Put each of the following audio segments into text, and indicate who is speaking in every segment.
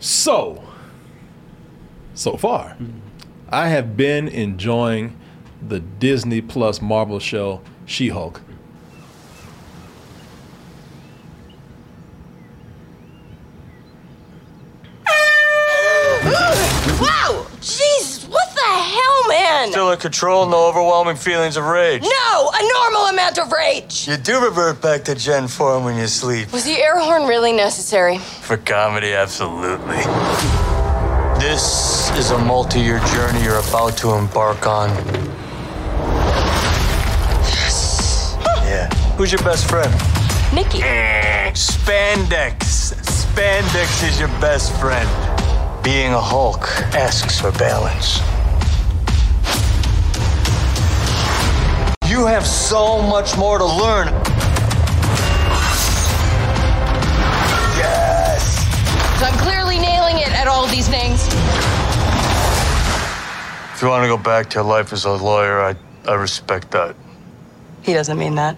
Speaker 1: So, so far, I have been enjoying the Disney Plus Marvel show She Hulk.
Speaker 2: Wow! Jesus, what the hell, man?
Speaker 3: Still in control, no overwhelming feelings of rage.
Speaker 2: No, a normal amount of rage.
Speaker 3: You do revert back to Gen form when you sleep.
Speaker 2: Was the air horn really necessary?
Speaker 3: For comedy, absolutely. This is a multi year journey you're about to embark on. Yeah. Who's your best friend?
Speaker 2: Nikki.
Speaker 3: Spandex. Spandex is your best friend. Being a Hulk asks for balance. You have so much more to learn. Yes!
Speaker 2: So I'm clearly nailing it at all these things.
Speaker 3: If you want to go back to your life as a lawyer, I, I respect that.
Speaker 2: He doesn't mean that.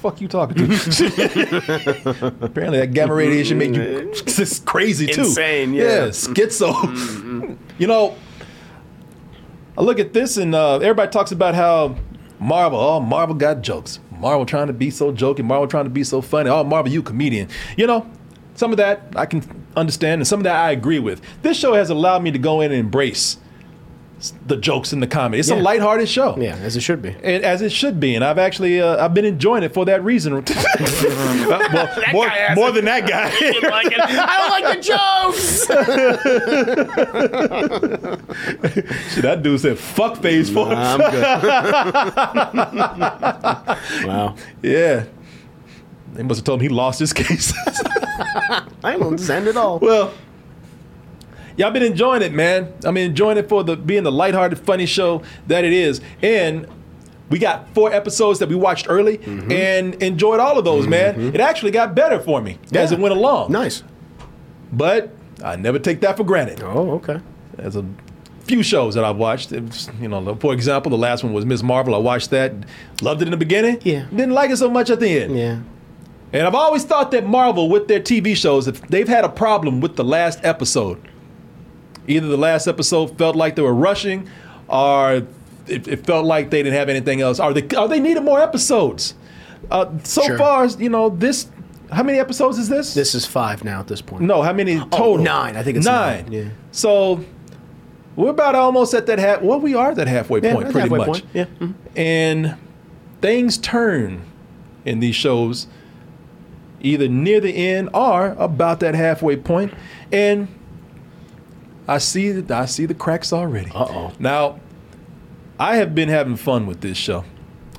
Speaker 1: Fuck you talking to? Apparently, that gamma radiation made you just crazy too.
Speaker 4: Mm-hmm. Insane, yeah. Mm-hmm.
Speaker 1: schizo. you know, I look at this and uh, everybody talks about how Marvel, oh, Marvel got jokes. Marvel trying to be so jokey. Marvel trying to be so funny. Oh, Marvel, you comedian. You know, some of that I can understand, and some of that I agree with. This show has allowed me to go in and embrace s- the jokes and the comedy. It's a
Speaker 4: Yeah.
Speaker 1: lighthearted show
Speaker 4: Yeah, as it should be.
Speaker 1: and as it should be. And I've actually uh, I've been enjoying it for that reason. well, more,
Speaker 4: guy has
Speaker 1: more
Speaker 4: a-
Speaker 1: than that guy.
Speaker 4: like it. I don't like the jokes.
Speaker 1: that dude said fuck phase four.
Speaker 4: I'm good. wow.
Speaker 1: Yeah. They must have told him he lost his case.
Speaker 4: I will send it all.
Speaker 1: well, yeah, I've been enjoying it, man. I mean, enjoying it for the being the lighthearted, funny show that it is. And we got four episodes that we watched early
Speaker 4: Mm-hmm.
Speaker 1: and enjoyed all of those, man. It actually got better for me as
Speaker 4: Yeah.
Speaker 1: it went along.
Speaker 4: Nice.
Speaker 1: But I never take that for granted.
Speaker 4: Oh, okay.
Speaker 1: There's a few shows that I've watched. It was, you know, for example, the last one was Miss Marvel. I watched that, loved it in the beginning.
Speaker 4: Yeah.
Speaker 1: Didn't like it so much at the end.
Speaker 4: Yeah.
Speaker 1: And I've always thought that Marvel with their TV shows, if they've had a problem with the last episode. Either the last episode felt like they were rushing, or it, it felt like they didn't have anything else, or they or they needed more episodes. Uh, so
Speaker 4: Sure.
Speaker 1: far, you know, this how many episodes is this?
Speaker 4: This is five now at this point.
Speaker 1: No, how many total?
Speaker 4: Oh, nine. I think it's nine. Yeah.
Speaker 1: So we're about almost at that half. Well, we are at that halfway
Speaker 4: Yeah,
Speaker 1: point,
Speaker 4: that's
Speaker 1: pretty
Speaker 4: halfway
Speaker 1: much.
Speaker 4: point. Yeah. Mhm.
Speaker 1: And things turn in these shows, either near the end or about that halfway point, and I see that I see the cracks already.
Speaker 4: Uh-oh.
Speaker 1: Now, I have been having fun with this show.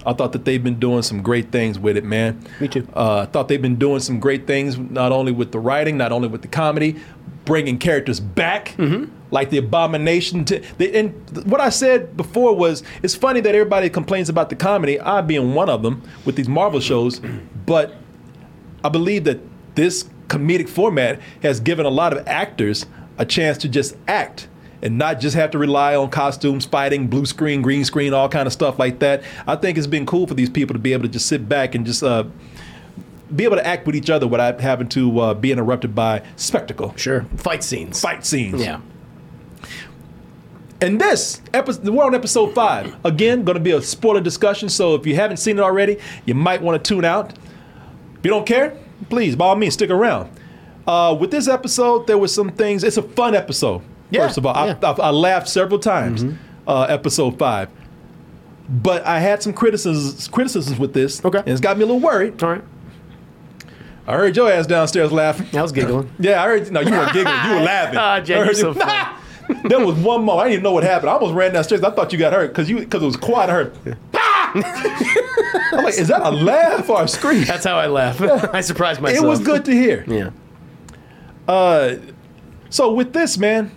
Speaker 1: I thought that they've been doing some great things with it, man.
Speaker 4: Me too.
Speaker 1: Uh, I thought they've been doing some great things, not only with the writing, not only with the comedy, bringing characters back,
Speaker 4: Mm-hmm.
Speaker 1: like the Abomination. To, they, and th- what I said before was, it's funny that everybody complains about the comedy, I being one of them with these Marvel shows, but I believe that this comedic format has given a lot of actors a chance to just act and not just have to rely on costumes, fighting, blue screen, green screen, all kind of stuff like that. I think it's been cool for these people to be able to just sit back and just uh, be able to act with each other without having to uh, be interrupted by spectacle,
Speaker 4: Sure. Fight scenes.
Speaker 1: fight scenes.
Speaker 4: Yeah.
Speaker 1: And this episode, we're on episode five. Again, going to be a spoiler discussion. So if you haven't seen it already, you might want to tune out. If you don't care, please, by all means, stick around. Uh, with this episode, there were some things. It's a fun episode.
Speaker 4: Yeah,
Speaker 1: first of all,
Speaker 4: yeah. Mm-hmm.
Speaker 1: I, I, I laughed several times. Uh, episode five, but I had some criticisms criticisms with this.
Speaker 4: Okay.
Speaker 1: and it's got me a little worried.
Speaker 4: All right.
Speaker 1: I heard your ass downstairs laughing.
Speaker 4: I was giggling.
Speaker 1: Yeah, I heard. No, you were giggling. You were laughing.
Speaker 4: Ah, Jay,
Speaker 1: I heard
Speaker 4: you're so
Speaker 1: there was one moment I didn't even know what happened. I almost ran downstairs. I thought you got hurt because you because it was quiet. I heard. "Ah!" I'm like, is that a laugh or a scream?
Speaker 4: That's how I laugh. I surprised
Speaker 1: it
Speaker 4: myself.
Speaker 1: was good to hear.
Speaker 4: Yeah.
Speaker 1: So with this man,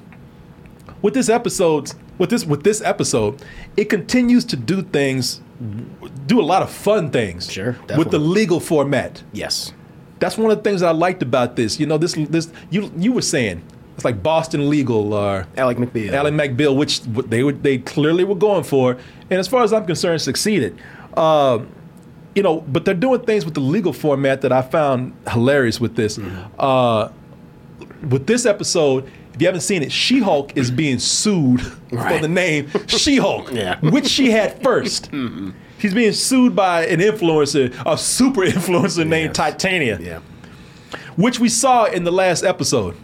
Speaker 1: with this episode, with this with this episode, it continues to do things, do a lot of fun things.
Speaker 4: Sure,
Speaker 1: With the
Speaker 4: definitely.
Speaker 1: legal format.
Speaker 4: Yes.
Speaker 1: That's one of the things that I liked about this. You know, this this you you were saying it's like Boston legal or
Speaker 4: Alec McBeal.
Speaker 1: Allen McBill, which w- they were they clearly were going for, and as far as I'm concerned, succeeded. Uh, you know, but
Speaker 4: Mm-hmm.
Speaker 1: they're doing things with the legal format that I found hilarious with this. Uh, with this episode, if you haven't seen it, She Hulk is being sued for
Speaker 4: Right.
Speaker 1: the name She Hulk,
Speaker 4: Yeah. Mm-hmm.
Speaker 1: which she had 1st She's being sued by an influencer, a super influencer named
Speaker 4: Yes.
Speaker 1: Titania,
Speaker 4: Yeah.
Speaker 1: which we saw in the last episode.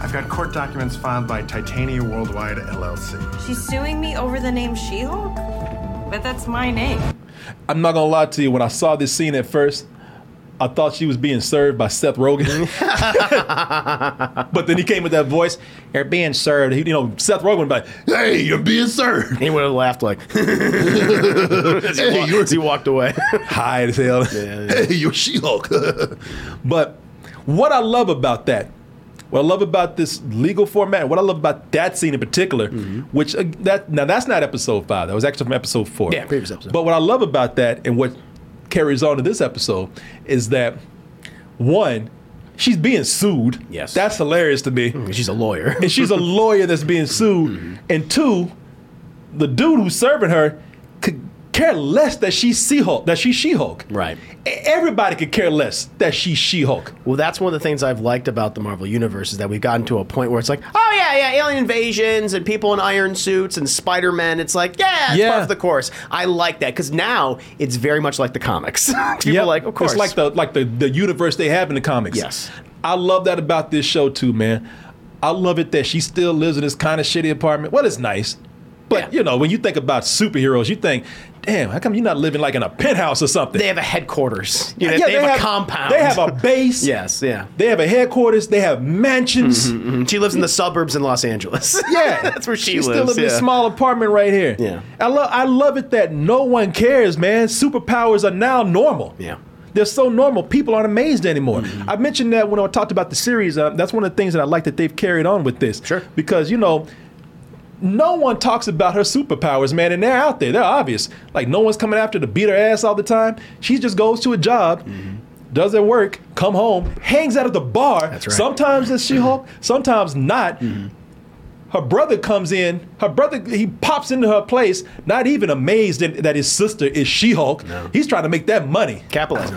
Speaker 5: I've got court documents filed by Titania Worldwide LLC.
Speaker 6: She's suing me over the name She Hulk? But that's my name.
Speaker 1: I'm not gonna lie to you. When I saw this scene at first, I thought she was being served by Seth Rogen. but then he came with that voice. You're being served. He, you know, Seth Rogen would be like, "Hey, you're being served."
Speaker 4: He would have laughed like as, he walked, as he walked away.
Speaker 1: High as hell. Hey, you're She-Hulk. but what I love about that, what I love about this legal format, what I love about that scene in particular,
Speaker 4: Mm-hmm.
Speaker 1: which uh, that now that's not episode five. That was actually from episode four.
Speaker 4: Yeah, previous episode.
Speaker 1: But what I love about that and what carries on to this episode is that one, she's being sued.
Speaker 4: Yes. Hmm.
Speaker 1: that's hilarious to me.
Speaker 4: She's a lawyer.
Speaker 1: And she's a lawyer that's being sued.
Speaker 4: Mm-hmm.
Speaker 1: And two, the dude who's serving her could care less that she's She-Hulk. That she's She-Hulk.
Speaker 4: Right.
Speaker 1: E- Everybody could care less that she's She-Hulk.
Speaker 4: Well, that's one of the things I've liked about the Marvel Universe is that we've gotten to a point where it's like, oh yeah, yeah, alien invasions and people in iron suits and Spider Man. It's like, yeah, it's
Speaker 1: Yeah.
Speaker 4: part of the course. I like that because now it's very much like the comics. people
Speaker 1: Yeah,
Speaker 4: are like, of course,
Speaker 1: It's like the like the, the universe they have in the comics.
Speaker 4: Yes.
Speaker 1: I love that about this show too, man. I love it that she still lives in this kind of shitty apartment. Well, it's nice. But
Speaker 4: Yeah.
Speaker 1: you know, when you think about superheroes, you think, damn, how come you're not living like in a penthouse or something?
Speaker 4: they have a headquarters. You know,
Speaker 1: Yeah,
Speaker 4: they, have, a compound.
Speaker 1: They have a base.
Speaker 4: yes, yeah.
Speaker 1: They have a headquarters. They have mansions.
Speaker 4: And she lives in the suburbs in Los Angeles.
Speaker 1: Yeah,
Speaker 4: that's where she
Speaker 1: She's
Speaker 4: lives.
Speaker 1: Still in this
Speaker 4: yeah.
Speaker 1: small apartment right here.
Speaker 4: Yeah.
Speaker 1: I love. I love it that no one cares, man. Superpowers are now normal.
Speaker 4: Yeah.
Speaker 1: They're so normal. People aren't amazed anymore.
Speaker 4: Mm-hmm.
Speaker 1: I mentioned that when I talked about the series. Uh, that's one of the things that I like that they've carried on with this.
Speaker 4: Sure.
Speaker 1: Because you know, no one talks about her superpowers, man, and they're out there. They're obvious. Like no one's coming after to beat her ass all the time. She just goes to a job,
Speaker 4: Mm-hmm.
Speaker 1: does her work, come home, hangs out at the bar.
Speaker 4: That's right. Mm-hmm.
Speaker 1: Sometimes it's She-Hulk, sometimes not. Her brother comes in. Her brother he pops into her place, not even amazed that, that his sister is She-Hulk. He's trying to make that money.
Speaker 4: Capitalize.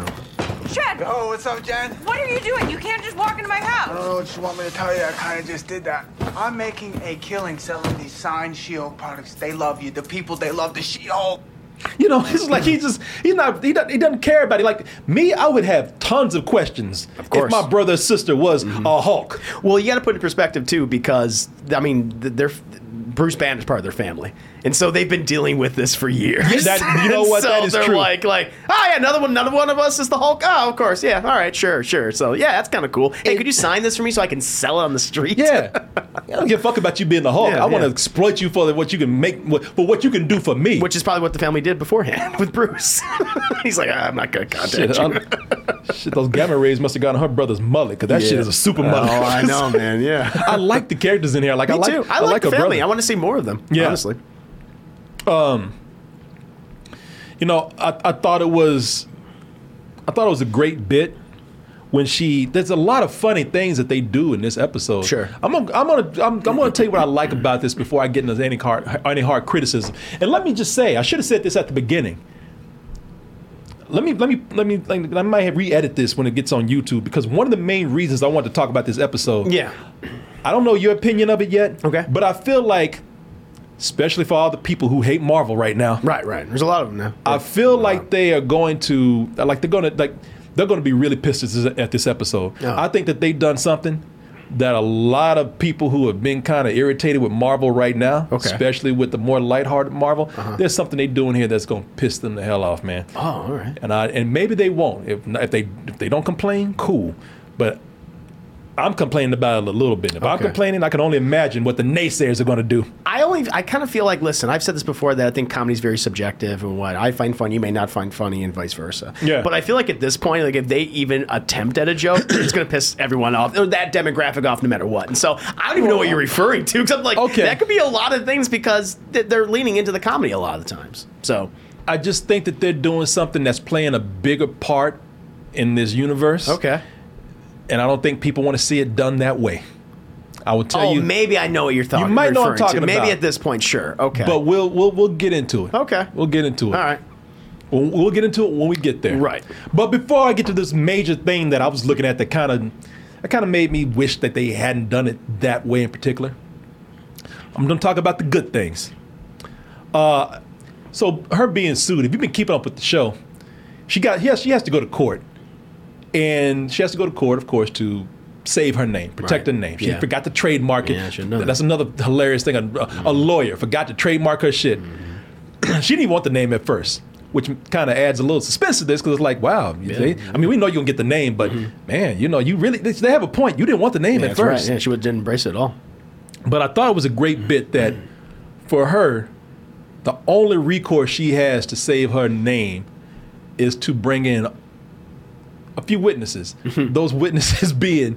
Speaker 6: Chad,
Speaker 3: Oh, what's up, Jen?
Speaker 6: what are you doing? You can't just walk into my house.
Speaker 3: Oh, just want me to tell you, I kind of just did that. I'm making a killing selling these signed She-Hulk products. They love you. The people, they love the She-Hulk.
Speaker 1: You know, it's like he just he's not he doesn't, he doesn't care about it. Like me, I would have tons of questions if
Speaker 4: course. Mm-hmm.
Speaker 1: my brother or sister was a Hulk.
Speaker 4: Well, you got to put it in perspective too, because I mean, th- they're. Bruce Banner is part of their family, and so they've been dealing with this for years.
Speaker 1: That- you know what?
Speaker 4: so
Speaker 1: That is
Speaker 4: they're
Speaker 1: true.
Speaker 4: Like, like, oh yeah, another one, another one of us is the Hulk. Oh, of course, yeah. All right, sure, sure. So yeah, that's kind of cool. Hey, could you sign this for me so I can sell it on the street?
Speaker 1: Yeah, I don't give a fuck about you being the Hulk.
Speaker 4: Yeah,
Speaker 1: I want to
Speaker 4: yeah.
Speaker 1: exploit you for what you can make, for what you can do for me.
Speaker 4: which is probably what the family did beforehand with Bruce. He's like, "Ah, I'm not gonna contact
Speaker 1: shit,
Speaker 4: you.
Speaker 1: I'm- shit, those gamma rays must have gotten her brother's mullet because that shit is a super mullet.
Speaker 4: Oh, I know, man. Yeah.
Speaker 1: I like the characters in here. Like I
Speaker 4: Me
Speaker 1: like,
Speaker 4: too. I like, the
Speaker 1: her
Speaker 4: family.
Speaker 1: brother.
Speaker 4: I want to see more of them.
Speaker 1: Yeah.
Speaker 4: Honestly.
Speaker 1: you know, I, I thought it was, I thought it was a great bit when she. There's a lot of funny things that they do in this episode.
Speaker 4: Sure.
Speaker 1: I'm gonna, I'm gonna, I'm, I'm gonna tell you what I like about this before I get into any hard, any hard criticism. And let me just say, I should have said this at the beginning. Let me, let me, let me, like, I might have re-edit this when it gets on YouTube because one of the main reasons I wanted to talk about this episode.
Speaker 4: Yeah.
Speaker 1: I don't know your opinion of it yet.
Speaker 4: Okay.
Speaker 1: But I feel like, especially for all the people who hate Marvel right now.
Speaker 4: Right. Right. There's a lot of them now.
Speaker 1: I feel like they are going to like they're going to like they're going to be really pissed at this, at this episode.
Speaker 4: Yeah.
Speaker 1: I think that they've done something that a lot of people who have been kind of irritated with Marvel right now,
Speaker 4: Okay. Uh-huh.
Speaker 1: especially with the more lighthearted Marvel, there's something they doing here that's going to piss them the hell off, man.
Speaker 4: oh, all right.
Speaker 1: And I and maybe they won't. If if they if they don't complain, cool. But I'm complaining about it a little bit. If I'm
Speaker 4: Okay.
Speaker 1: complaining, I can only imagine what the naysayers are going to do.
Speaker 4: I only, I kind of feel like, listen, I've said this before that I think comedy's very subjective, and what I find funny, you may not find funny, and vice versa.
Speaker 1: Yeah.
Speaker 4: But I feel like at this point, like if they even attempt at a joke, it's going to piss everyone off, or that demographic off, no matter what. And so I don't even know what you're referring to, because I'm like,
Speaker 1: Okay.
Speaker 4: that could be a lot of things because th- they're leaning into the comedy a lot of the times. So
Speaker 1: I just think that they're doing something that's playing a bigger part in this universe. And I don't think people want to see it done that way. I will tell
Speaker 4: Oh,
Speaker 1: you.
Speaker 4: maybe I know what you're talking.
Speaker 1: You might know what I'm talking
Speaker 4: Maybe
Speaker 1: about.
Speaker 4: at this point, sure. Okay.
Speaker 1: But we'll we'll we'll get into it.
Speaker 4: Okay.
Speaker 1: We'll get into it.
Speaker 4: all right.
Speaker 1: We'll, we'll get into it when we get there.
Speaker 4: Right.
Speaker 1: But before I get to this major thing that I was looking at that kind of that kind of made me wish that they hadn't done it that way in particular. I'm going to talk about the good things. Uh, so her being sued, if you've been keeping up with the show, she got yes, she has to go to court, and she has to go to court, of course, to save her name, protect
Speaker 4: Right.
Speaker 1: her name. She
Speaker 4: Yeah.
Speaker 1: forgot to trademark it.
Speaker 4: Yeah, I should've known
Speaker 1: That's
Speaker 4: that. Mm-hmm.
Speaker 1: another hilarious thing. A, a- a lawyer forgot to trademark her shit. she didn't even want the name at first, which kind of adds a little suspense to this because it's like, wow, you see? I mean, we know you're gonna get the name, but man, you know, you really they- they have a point. You didn't want the name at
Speaker 4: Mm-hmm. That's
Speaker 1: first.
Speaker 4: right. Yeah, she would- didn't embrace it at all.
Speaker 1: But I thought it was a great bit that for her, the only recourse she has to save her name is to bring in a few witnesses.
Speaker 4: Mm-hmm.
Speaker 1: Those witnesses being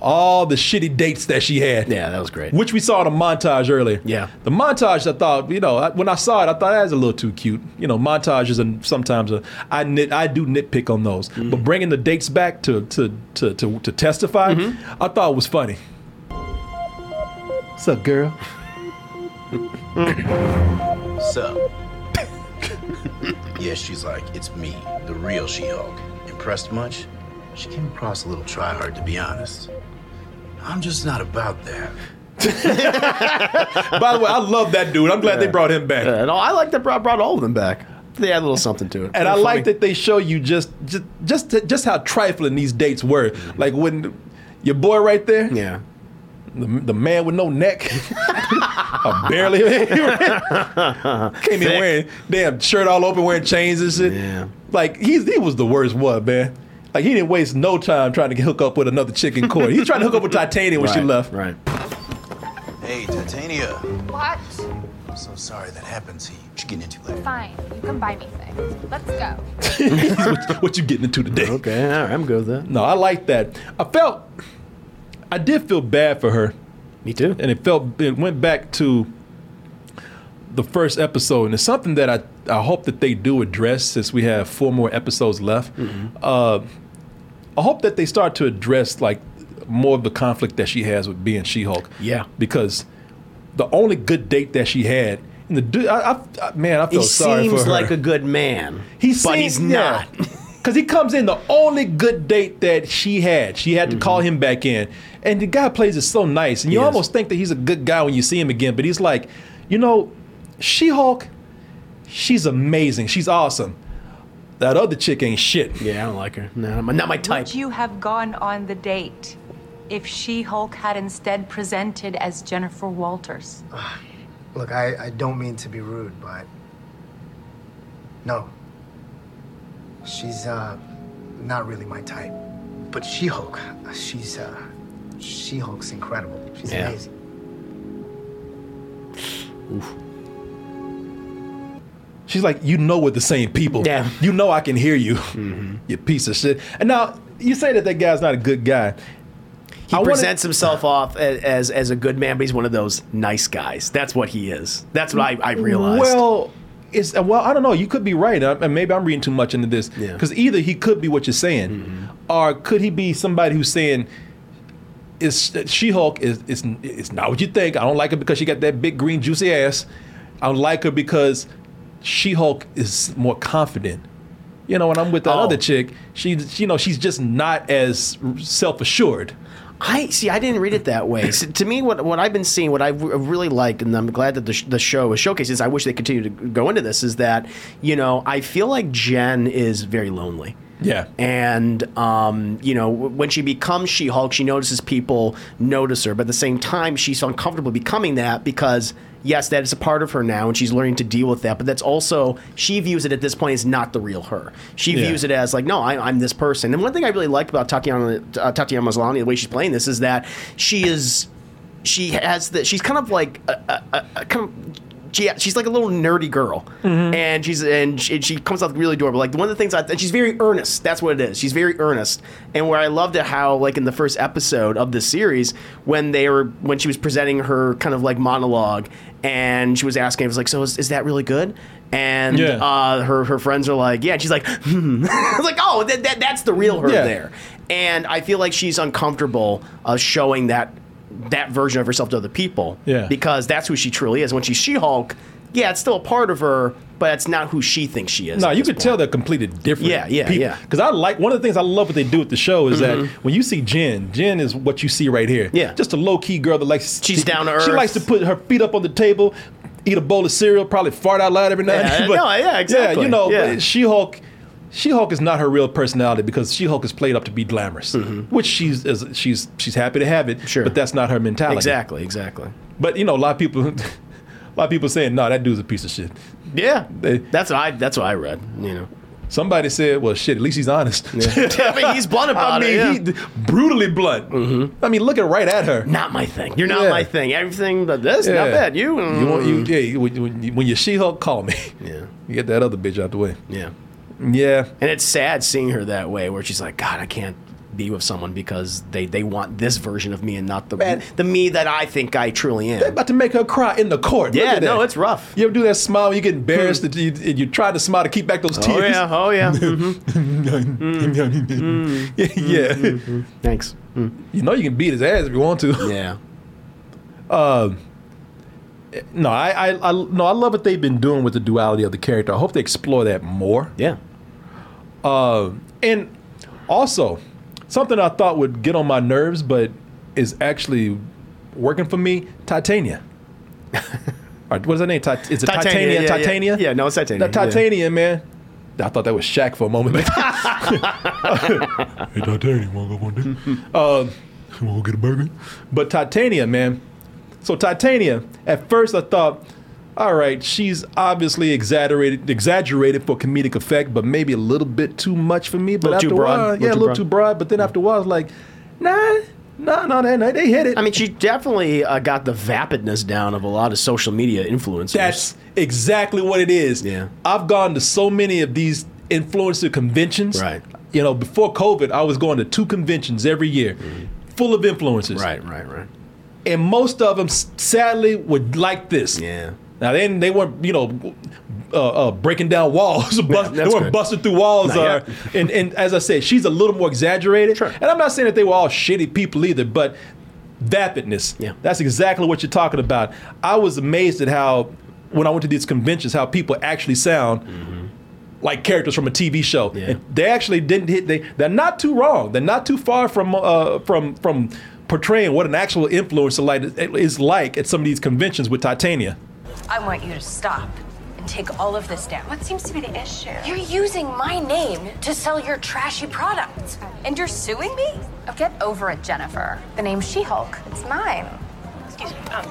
Speaker 1: all the shitty dates that she had.
Speaker 4: Yeah, that was great.
Speaker 1: Which we saw in a montage earlier.
Speaker 4: Yeah.
Speaker 1: The montage, I thought, you know, I, when I saw it, I thought that was a little too cute. You know, montages and sometimes a, I nit, I do nitpick on those.
Speaker 4: Mm-hmm.
Speaker 1: But bringing the dates back to to to to, to testify,
Speaker 4: Mm-hmm.
Speaker 1: I thought was funny. What's up, girl?
Speaker 7: Sup? yeah, she's like, it's me, the real She Hulk. Impressed much? She came across a little try hard, to be honest. I'm just not about that.
Speaker 1: By the way, I love that dude. I'm glad they brought him back.
Speaker 4: And all, I like that brought, brought all of them back. They had a little something to it.
Speaker 1: and I
Speaker 4: Funny.
Speaker 1: like that they show you just just just just how trifling these dates were. Like when your boy right there,
Speaker 4: Mm-hmm. Yeah.
Speaker 1: the, the man with no neck, I barely came in wearing damn shirt all open, wearing chains and shit.
Speaker 4: Yeah.
Speaker 1: Like he's he was the worst one, man. Like he didn't waste no time trying to hook up with another chick in court. He's trying to hook up with Titania when she
Speaker 4: Right,
Speaker 1: left.
Speaker 4: Right.
Speaker 7: Hey, Titania.
Speaker 8: What?
Speaker 7: I'm so sorry that happened to you. What you getting into later?
Speaker 8: Fine. You can buy me things. Let's go.
Speaker 1: what, what you getting into today?
Speaker 4: Okay. All right. I'm good with that.
Speaker 1: No, I like that. I felt, I did feel bad for her.
Speaker 4: Me too.
Speaker 1: and it felt it went back to the first episode and it's something that I, I hope that they do address since we have four more episodes left
Speaker 4: Mm-hmm.
Speaker 1: uh, i hope that they start to address like more of the conflict that she has with being she-hulk
Speaker 4: Yeah.
Speaker 1: because the only good date that she had and the dude I, I, I- man i feel
Speaker 4: he
Speaker 1: sorry
Speaker 4: seems
Speaker 1: for her
Speaker 4: like a good man.
Speaker 1: he
Speaker 4: but
Speaker 1: seems,
Speaker 4: he's not.
Speaker 1: Because he comes in the only good date that she had. She had to
Speaker 4: Mm-hmm.
Speaker 1: call him back in. And the guy plays it so nice. And you
Speaker 4: He is.
Speaker 1: almost think that he's a good guy when you see him again. But he's like, you know, She Hulk, she's amazing. She's awesome. That other chick ain't shit.
Speaker 4: Yeah, I don't like her. No, I'm not my type.
Speaker 6: Would you have gone on the date if She Hulk had instead presented as Jennifer Walters?
Speaker 9: Look, I, I don't mean to be rude, but. No. She's, uh, not really my type. But She Hulk, she's, uh, She Hulk's incredible. She's
Speaker 4: Yeah.
Speaker 9: amazing.
Speaker 1: She's like, you know, we're the same people.
Speaker 4: Yeah. Mm-hmm.
Speaker 1: You know, I can hear you. You piece of shit. And now you say that that guy's not a good guy.
Speaker 4: He
Speaker 1: I wanna-
Speaker 4: presents himself off a- as as a good man, but he's one of those nice guys. That's what he is. That's what I, I realized.
Speaker 1: Well, it's uh, well, I don't know. You could be right, I- and maybe I'm reading too much into this.
Speaker 4: Yeah. Mm-hmm.
Speaker 1: Because either he could be what you're saying, or could he be somebody who's saying, "Is uh, She-Hulk is is it's not what you think? I don't like her because she got that big green juicy ass. I don't like her because She-Hulk is more confident." You know, when I'm with that
Speaker 4: Oh.
Speaker 1: other chick, she, you know, she's just not as self-assured.
Speaker 4: I see. I didn't read it that way. So, to me, what what I've been seeing, what I w- really like, and I'm glad that the, sh- the show is showcasing. This, I wish they continue to go into this. Is that you know I feel like Jen is very lonely.
Speaker 1: Yeah.
Speaker 4: And um, you know, w- when she becomes She-Hulk, she notices people notice her, but at the same time, she's uncomfortable becoming that because yes, that is a part of her now, and she's learning to deal with that. But that's also she views it at this point as not the real her. She
Speaker 1: Yeah.
Speaker 4: views it as like, no, I, I'm this person. And one thing I really liked about Tatiana uh, Tatiana Maslany, the way she's playing this, is that she is she has the she's kind of like a, a, a kind of. She, she's like a little nerdy girl, and she's and she, she comes out really adorable. Like one of the things I and she's very earnest. That's what it is. She's very earnest, and where I loved it how like in the first episode of the series when they were when she was presenting her kind of like monologue, and she was asking, it was like, so is, is that really good? And
Speaker 1: Yeah.
Speaker 4: uh, her her friends are like, yeah. And she's like, hmm. I was like, oh, that, that that's the real her
Speaker 1: Yeah.
Speaker 4: there and I feel like she's uncomfortable uh, showing that that version of herself to other people.
Speaker 1: Yeah.
Speaker 4: Because that's who she truly is. When she's She-Hulk, yeah, it's still a part of her, but it's not who she thinks she is.
Speaker 1: No,
Speaker 4: at
Speaker 1: you
Speaker 4: this
Speaker 1: could
Speaker 4: point.
Speaker 1: tell they're completely different.
Speaker 4: Yeah, yeah, yeah. Mm-hmm.
Speaker 1: Because I like one of the things I love what they do with the show is that when you see Jen, Jen is what you see right here.
Speaker 4: Yeah.
Speaker 1: just a low key girl that likes.
Speaker 4: She's
Speaker 1: she-
Speaker 4: down to
Speaker 1: She
Speaker 4: earth.
Speaker 1: likes to put her feet up on the table, eat a bowl of cereal, probably fart out loud every now and
Speaker 4: Yeah,
Speaker 1: then.
Speaker 4: no, yeah, exactly.
Speaker 1: Yeah, you know,
Speaker 4: Yeah.
Speaker 1: She Hulk. She Hulk is not her real personality because She Hulk is played up to be glamorous, which she's is, she's she's happy to have it.
Speaker 4: Mm-hmm. Sure.
Speaker 1: but that's not her mentality.
Speaker 4: Exactly, exactly.
Speaker 1: But you know, a lot of people, a lot of people saying, "No, that dude's a piece of shit."
Speaker 4: Yeah,
Speaker 1: They-
Speaker 4: that's what I that's what I read. You know,
Speaker 1: Somebody said, "Well, shit. At least he's honest."
Speaker 4: I mean, he's blunt
Speaker 1: I
Speaker 4: about
Speaker 1: mean,
Speaker 4: it. yeah. Mm-hmm.
Speaker 1: he brutally blunt. I mean, looking right at her.
Speaker 4: not my thing. You're not
Speaker 1: Yeah.
Speaker 4: my thing. Everything but this, not
Speaker 1: Yeah.
Speaker 4: bad. You, mm.
Speaker 1: You want you? Yeah. you- When, when, you- when you're She-Hulk, call me.
Speaker 4: Mm-hmm. Yeah.
Speaker 1: You get that other bitch out the way.
Speaker 4: yeah.
Speaker 1: Yeah.
Speaker 4: And it's sad seeing her that way, where she's like, God, I can't be with someone because they they want this version of me and not the
Speaker 1: Man.
Speaker 4: the me that I think I truly am.
Speaker 1: About to make her cry in the court. Look
Speaker 4: yeah,
Speaker 1: at that.
Speaker 4: no, it's rough. Hmm.
Speaker 1: You ever do that smile? when You get embarrassed that you, and you try to smile to keep back those
Speaker 4: Oh
Speaker 1: tears.
Speaker 4: yeah, Hmm. oh yeah. Mhm.
Speaker 1: yeah.
Speaker 4: Thanks. Mm-hmm.
Speaker 1: You know you can beat his ass if you want to.
Speaker 4: Yeah.
Speaker 1: No, I, I, I, no, I love what they've been doing with the duality of the character. I hope they explore that more.
Speaker 4: Yeah.
Speaker 1: Um, And also, something I thought would get on my nerves, but is actually working for me Titania. All right, what is her name? Tit- is it Titania?
Speaker 4: yeah, yeah.
Speaker 1: Titania?
Speaker 4: Yeah, no, it's Titania.
Speaker 1: That Titania, man. I thought that was Shaq for a moment. hey, Titania, wanna go on this? uh, wanna go get a burger? But Titania, man. So Titania, at first I thought, all right, she's obviously exaggerated, exaggerated for comedic effect, but maybe a little bit too much for me. But
Speaker 4: Little
Speaker 1: after
Speaker 4: too
Speaker 1: a
Speaker 4: broad,
Speaker 1: while,
Speaker 4: little
Speaker 1: yeah,
Speaker 4: too
Speaker 1: a little
Speaker 4: broad.
Speaker 1: too broad. But then after a while, I was like, nah, nah, nah, nah, nah they hit it.
Speaker 4: I mean, she definitely uh, got the vapidness down of a lot of social media influencers.
Speaker 1: That's exactly what it is.
Speaker 4: Yeah.
Speaker 1: I've gone to so many of these influencer conventions.
Speaker 4: Right.
Speaker 1: You know, before COVID, I was going to two conventions every year, full of influencers.
Speaker 4: Mm-hmm. right, right, right.
Speaker 1: And most of them, sadly, would like this.
Speaker 4: Yeah.
Speaker 1: Now then, they weren't, you know, uh, uh, breaking down walls. bust, they
Speaker 4: that's
Speaker 1: weren't
Speaker 4: good.
Speaker 1: busting through walls. Or,
Speaker 4: Not
Speaker 1: and and as I said, she's a little more exaggerated.
Speaker 4: Sure.
Speaker 1: And I'm not saying that they were all shitty people either, but vapidness.
Speaker 4: Yeah.
Speaker 1: That's exactly what you're talking about. I was amazed at how when I went to these conventions, how people actually sound. Like characters from a TV show,
Speaker 4: Mm-hmm. Yeah.
Speaker 1: And they actually didn't hit. They they're not too wrong. They're not too far from uh, from from portraying what an actual influencer like is like at some of these conventions with Titania.
Speaker 2: I want you to stop and take all of this down.
Speaker 8: What seems to be the issue?
Speaker 2: You're using my name to sell your trashy products, and you're suing me?
Speaker 8: Oh, get over it, Jennifer. The name She-Hulk. It's mine.
Speaker 2: Excuse me. Um,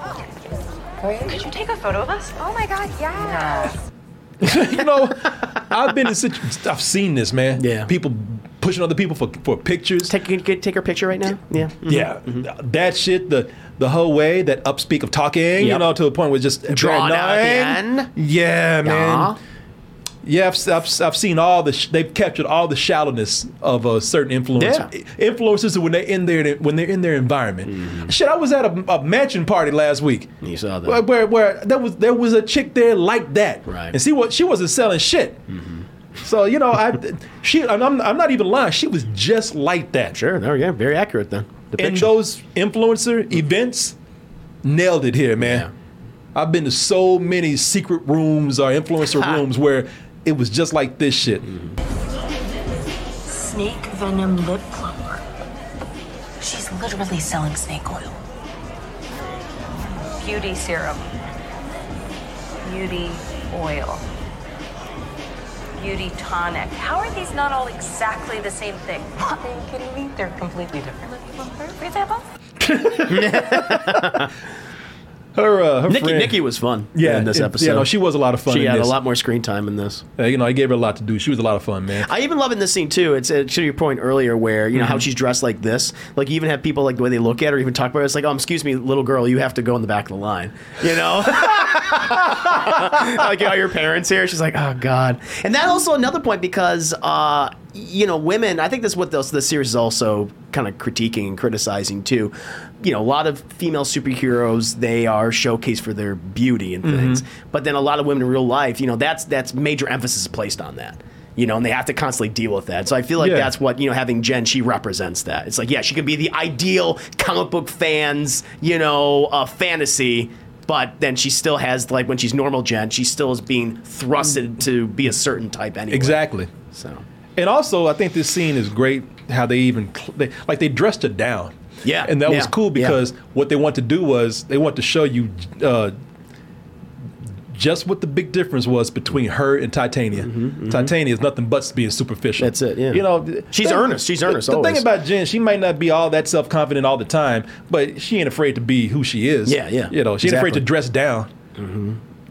Speaker 2: could you take a photo of us?
Speaker 8: Oh my God, yes.
Speaker 1: you know, I've been in situations. I've seen this, man.
Speaker 4: Yeah.
Speaker 1: People pushing other people for, for pictures.
Speaker 4: Take Mm-hmm. can you take her picture right now. Yeah.
Speaker 1: yeah, that shit. The the whole way that upspeak of talking, you
Speaker 4: Yep.
Speaker 1: know, to the point where it's just
Speaker 4: Drawn out at the
Speaker 1: annoying.
Speaker 4: end.
Speaker 1: Yeah, man.
Speaker 4: Aw.
Speaker 1: Yeah, I've, I've, I've seen all the. Sh- they've captured all the shallowness of a certain influencer. Influencers when they're in their when they're in their environment.
Speaker 4: Mm-hmm.
Speaker 1: Shit, I was at a, a mansion party last week.
Speaker 4: You saw that.
Speaker 1: Where, where where there was there was a chick there like that.
Speaker 4: Right. Mm-hmm.
Speaker 1: And see what she wasn't selling shit. So you know I she and I'm I'm not even lying. She was just like that.
Speaker 4: Sure. There we go. Very accurate then.
Speaker 1: And
Speaker 4: Depiction.
Speaker 1: those
Speaker 4: Mm-hmm.
Speaker 1: influencer events nailed it here, man. I've been to so many secret rooms or influencer rooms where it was just like this shit.
Speaker 4: Mm-hmm.
Speaker 2: Snake venom lip plumper. She's literally selling snake oil.
Speaker 6: Beauty serum. Beauty oil. Beauty tonic. How are these not all exactly the same thing? Are you kidding me? They're completely different. For example,
Speaker 1: Her uh, her
Speaker 4: Nikki
Speaker 1: friend,
Speaker 4: Nikki was fun.
Speaker 1: yeah,
Speaker 4: In this
Speaker 1: it-
Speaker 4: episode.
Speaker 1: yeah, no, she was a lot of fun.
Speaker 4: She
Speaker 1: in
Speaker 4: had
Speaker 1: this.
Speaker 4: a lot more screen time in this.
Speaker 1: Uh, you know, I gave her a lot to do. She was a lot of fun, man.
Speaker 4: I even love in this scene too. It's uh, to your point earlier, where you know how she's dressed like this. Like you even have people like the way they look at her, even talk about her. It's like, oh, excuse me, little girl, you have to go in the back of the line. You know, like all your parents here. She's like, oh god. And that also another point because uh, you know women. I think that's what this, this series is also kind of critiquing and criticizing too. You know, a lot of female superheroes they are showcased for their beauty and things, but then a lot of women in real life, you know, that's that's major emphasis placed on that you know, and they have to constantly deal with that. So I feel like
Speaker 1: Yeah.
Speaker 4: that's what, you know, having Jen, she represents that. It's like, yeah, she could be the ideal comic book fans, you know, uh, fantasy, But then she still has like when she's normal Gen, she still is being thrusted
Speaker 1: Mm.
Speaker 4: to be a certain type anyway.
Speaker 1: Exactly.
Speaker 4: So
Speaker 1: And also, I think this scene is great. How they even cl- they, like they dressed her down.
Speaker 4: Yeah,
Speaker 1: and that
Speaker 4: yeah,
Speaker 1: was cool
Speaker 4: yeah.
Speaker 1: because what they want to do was they want to show you uh, just what the big difference was between her and Titania. Titania is nothing but being superficial.
Speaker 4: Mm-hmm, That's it, yeah.
Speaker 1: You know, th-
Speaker 4: She's earnest, she's
Speaker 1: the-
Speaker 4: earnest
Speaker 1: The, thing
Speaker 4: always.
Speaker 1: about Jen, she might not be all that self confident all the time, but she ain't afraid to be who she is.
Speaker 4: Yeah, yeah,
Speaker 1: You know, she ain't afraid to
Speaker 4: exactly.
Speaker 1: dress down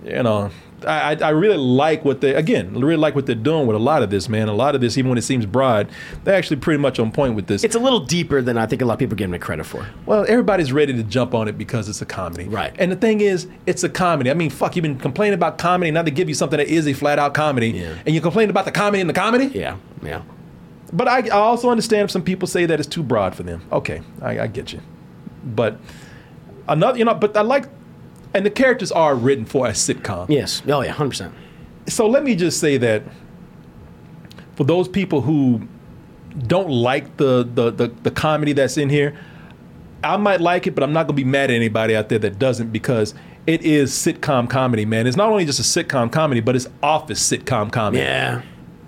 Speaker 1: you know, I, I I really like what they again really like what they're doing with a lot of this man. A lot of this, even when it seems broad, they're actually pretty much on point with this.
Speaker 4: it's a little deeper than I think a lot of people give him credit for.
Speaker 1: well, everybody's ready to jump on it because it's a comedy,
Speaker 4: Right.
Speaker 1: And the thing is, it's a comedy. I mean, fuck, you've been complaining about comedy, now they give you something that is a flat out comedy,
Speaker 4: Yeah.
Speaker 1: and you complain about the comedy and the comedy.
Speaker 4: Yeah, yeah.
Speaker 1: But I, I also understand if some people say that it's too broad for them. Okay, I, I get you. But another, you know, but I like, and the characters are written for a sitcom.
Speaker 4: Yes. Oh yeah, hundred percent.
Speaker 1: so let me just say that for those people who don't like the the the, the comedy that's in here, I might like it, but I'm not gonna be mad at anybody out there that doesn't because it is sitcom comedy, man. It's not only just a sitcom comedy, but it's office sitcom comedy.
Speaker 4: Yeah.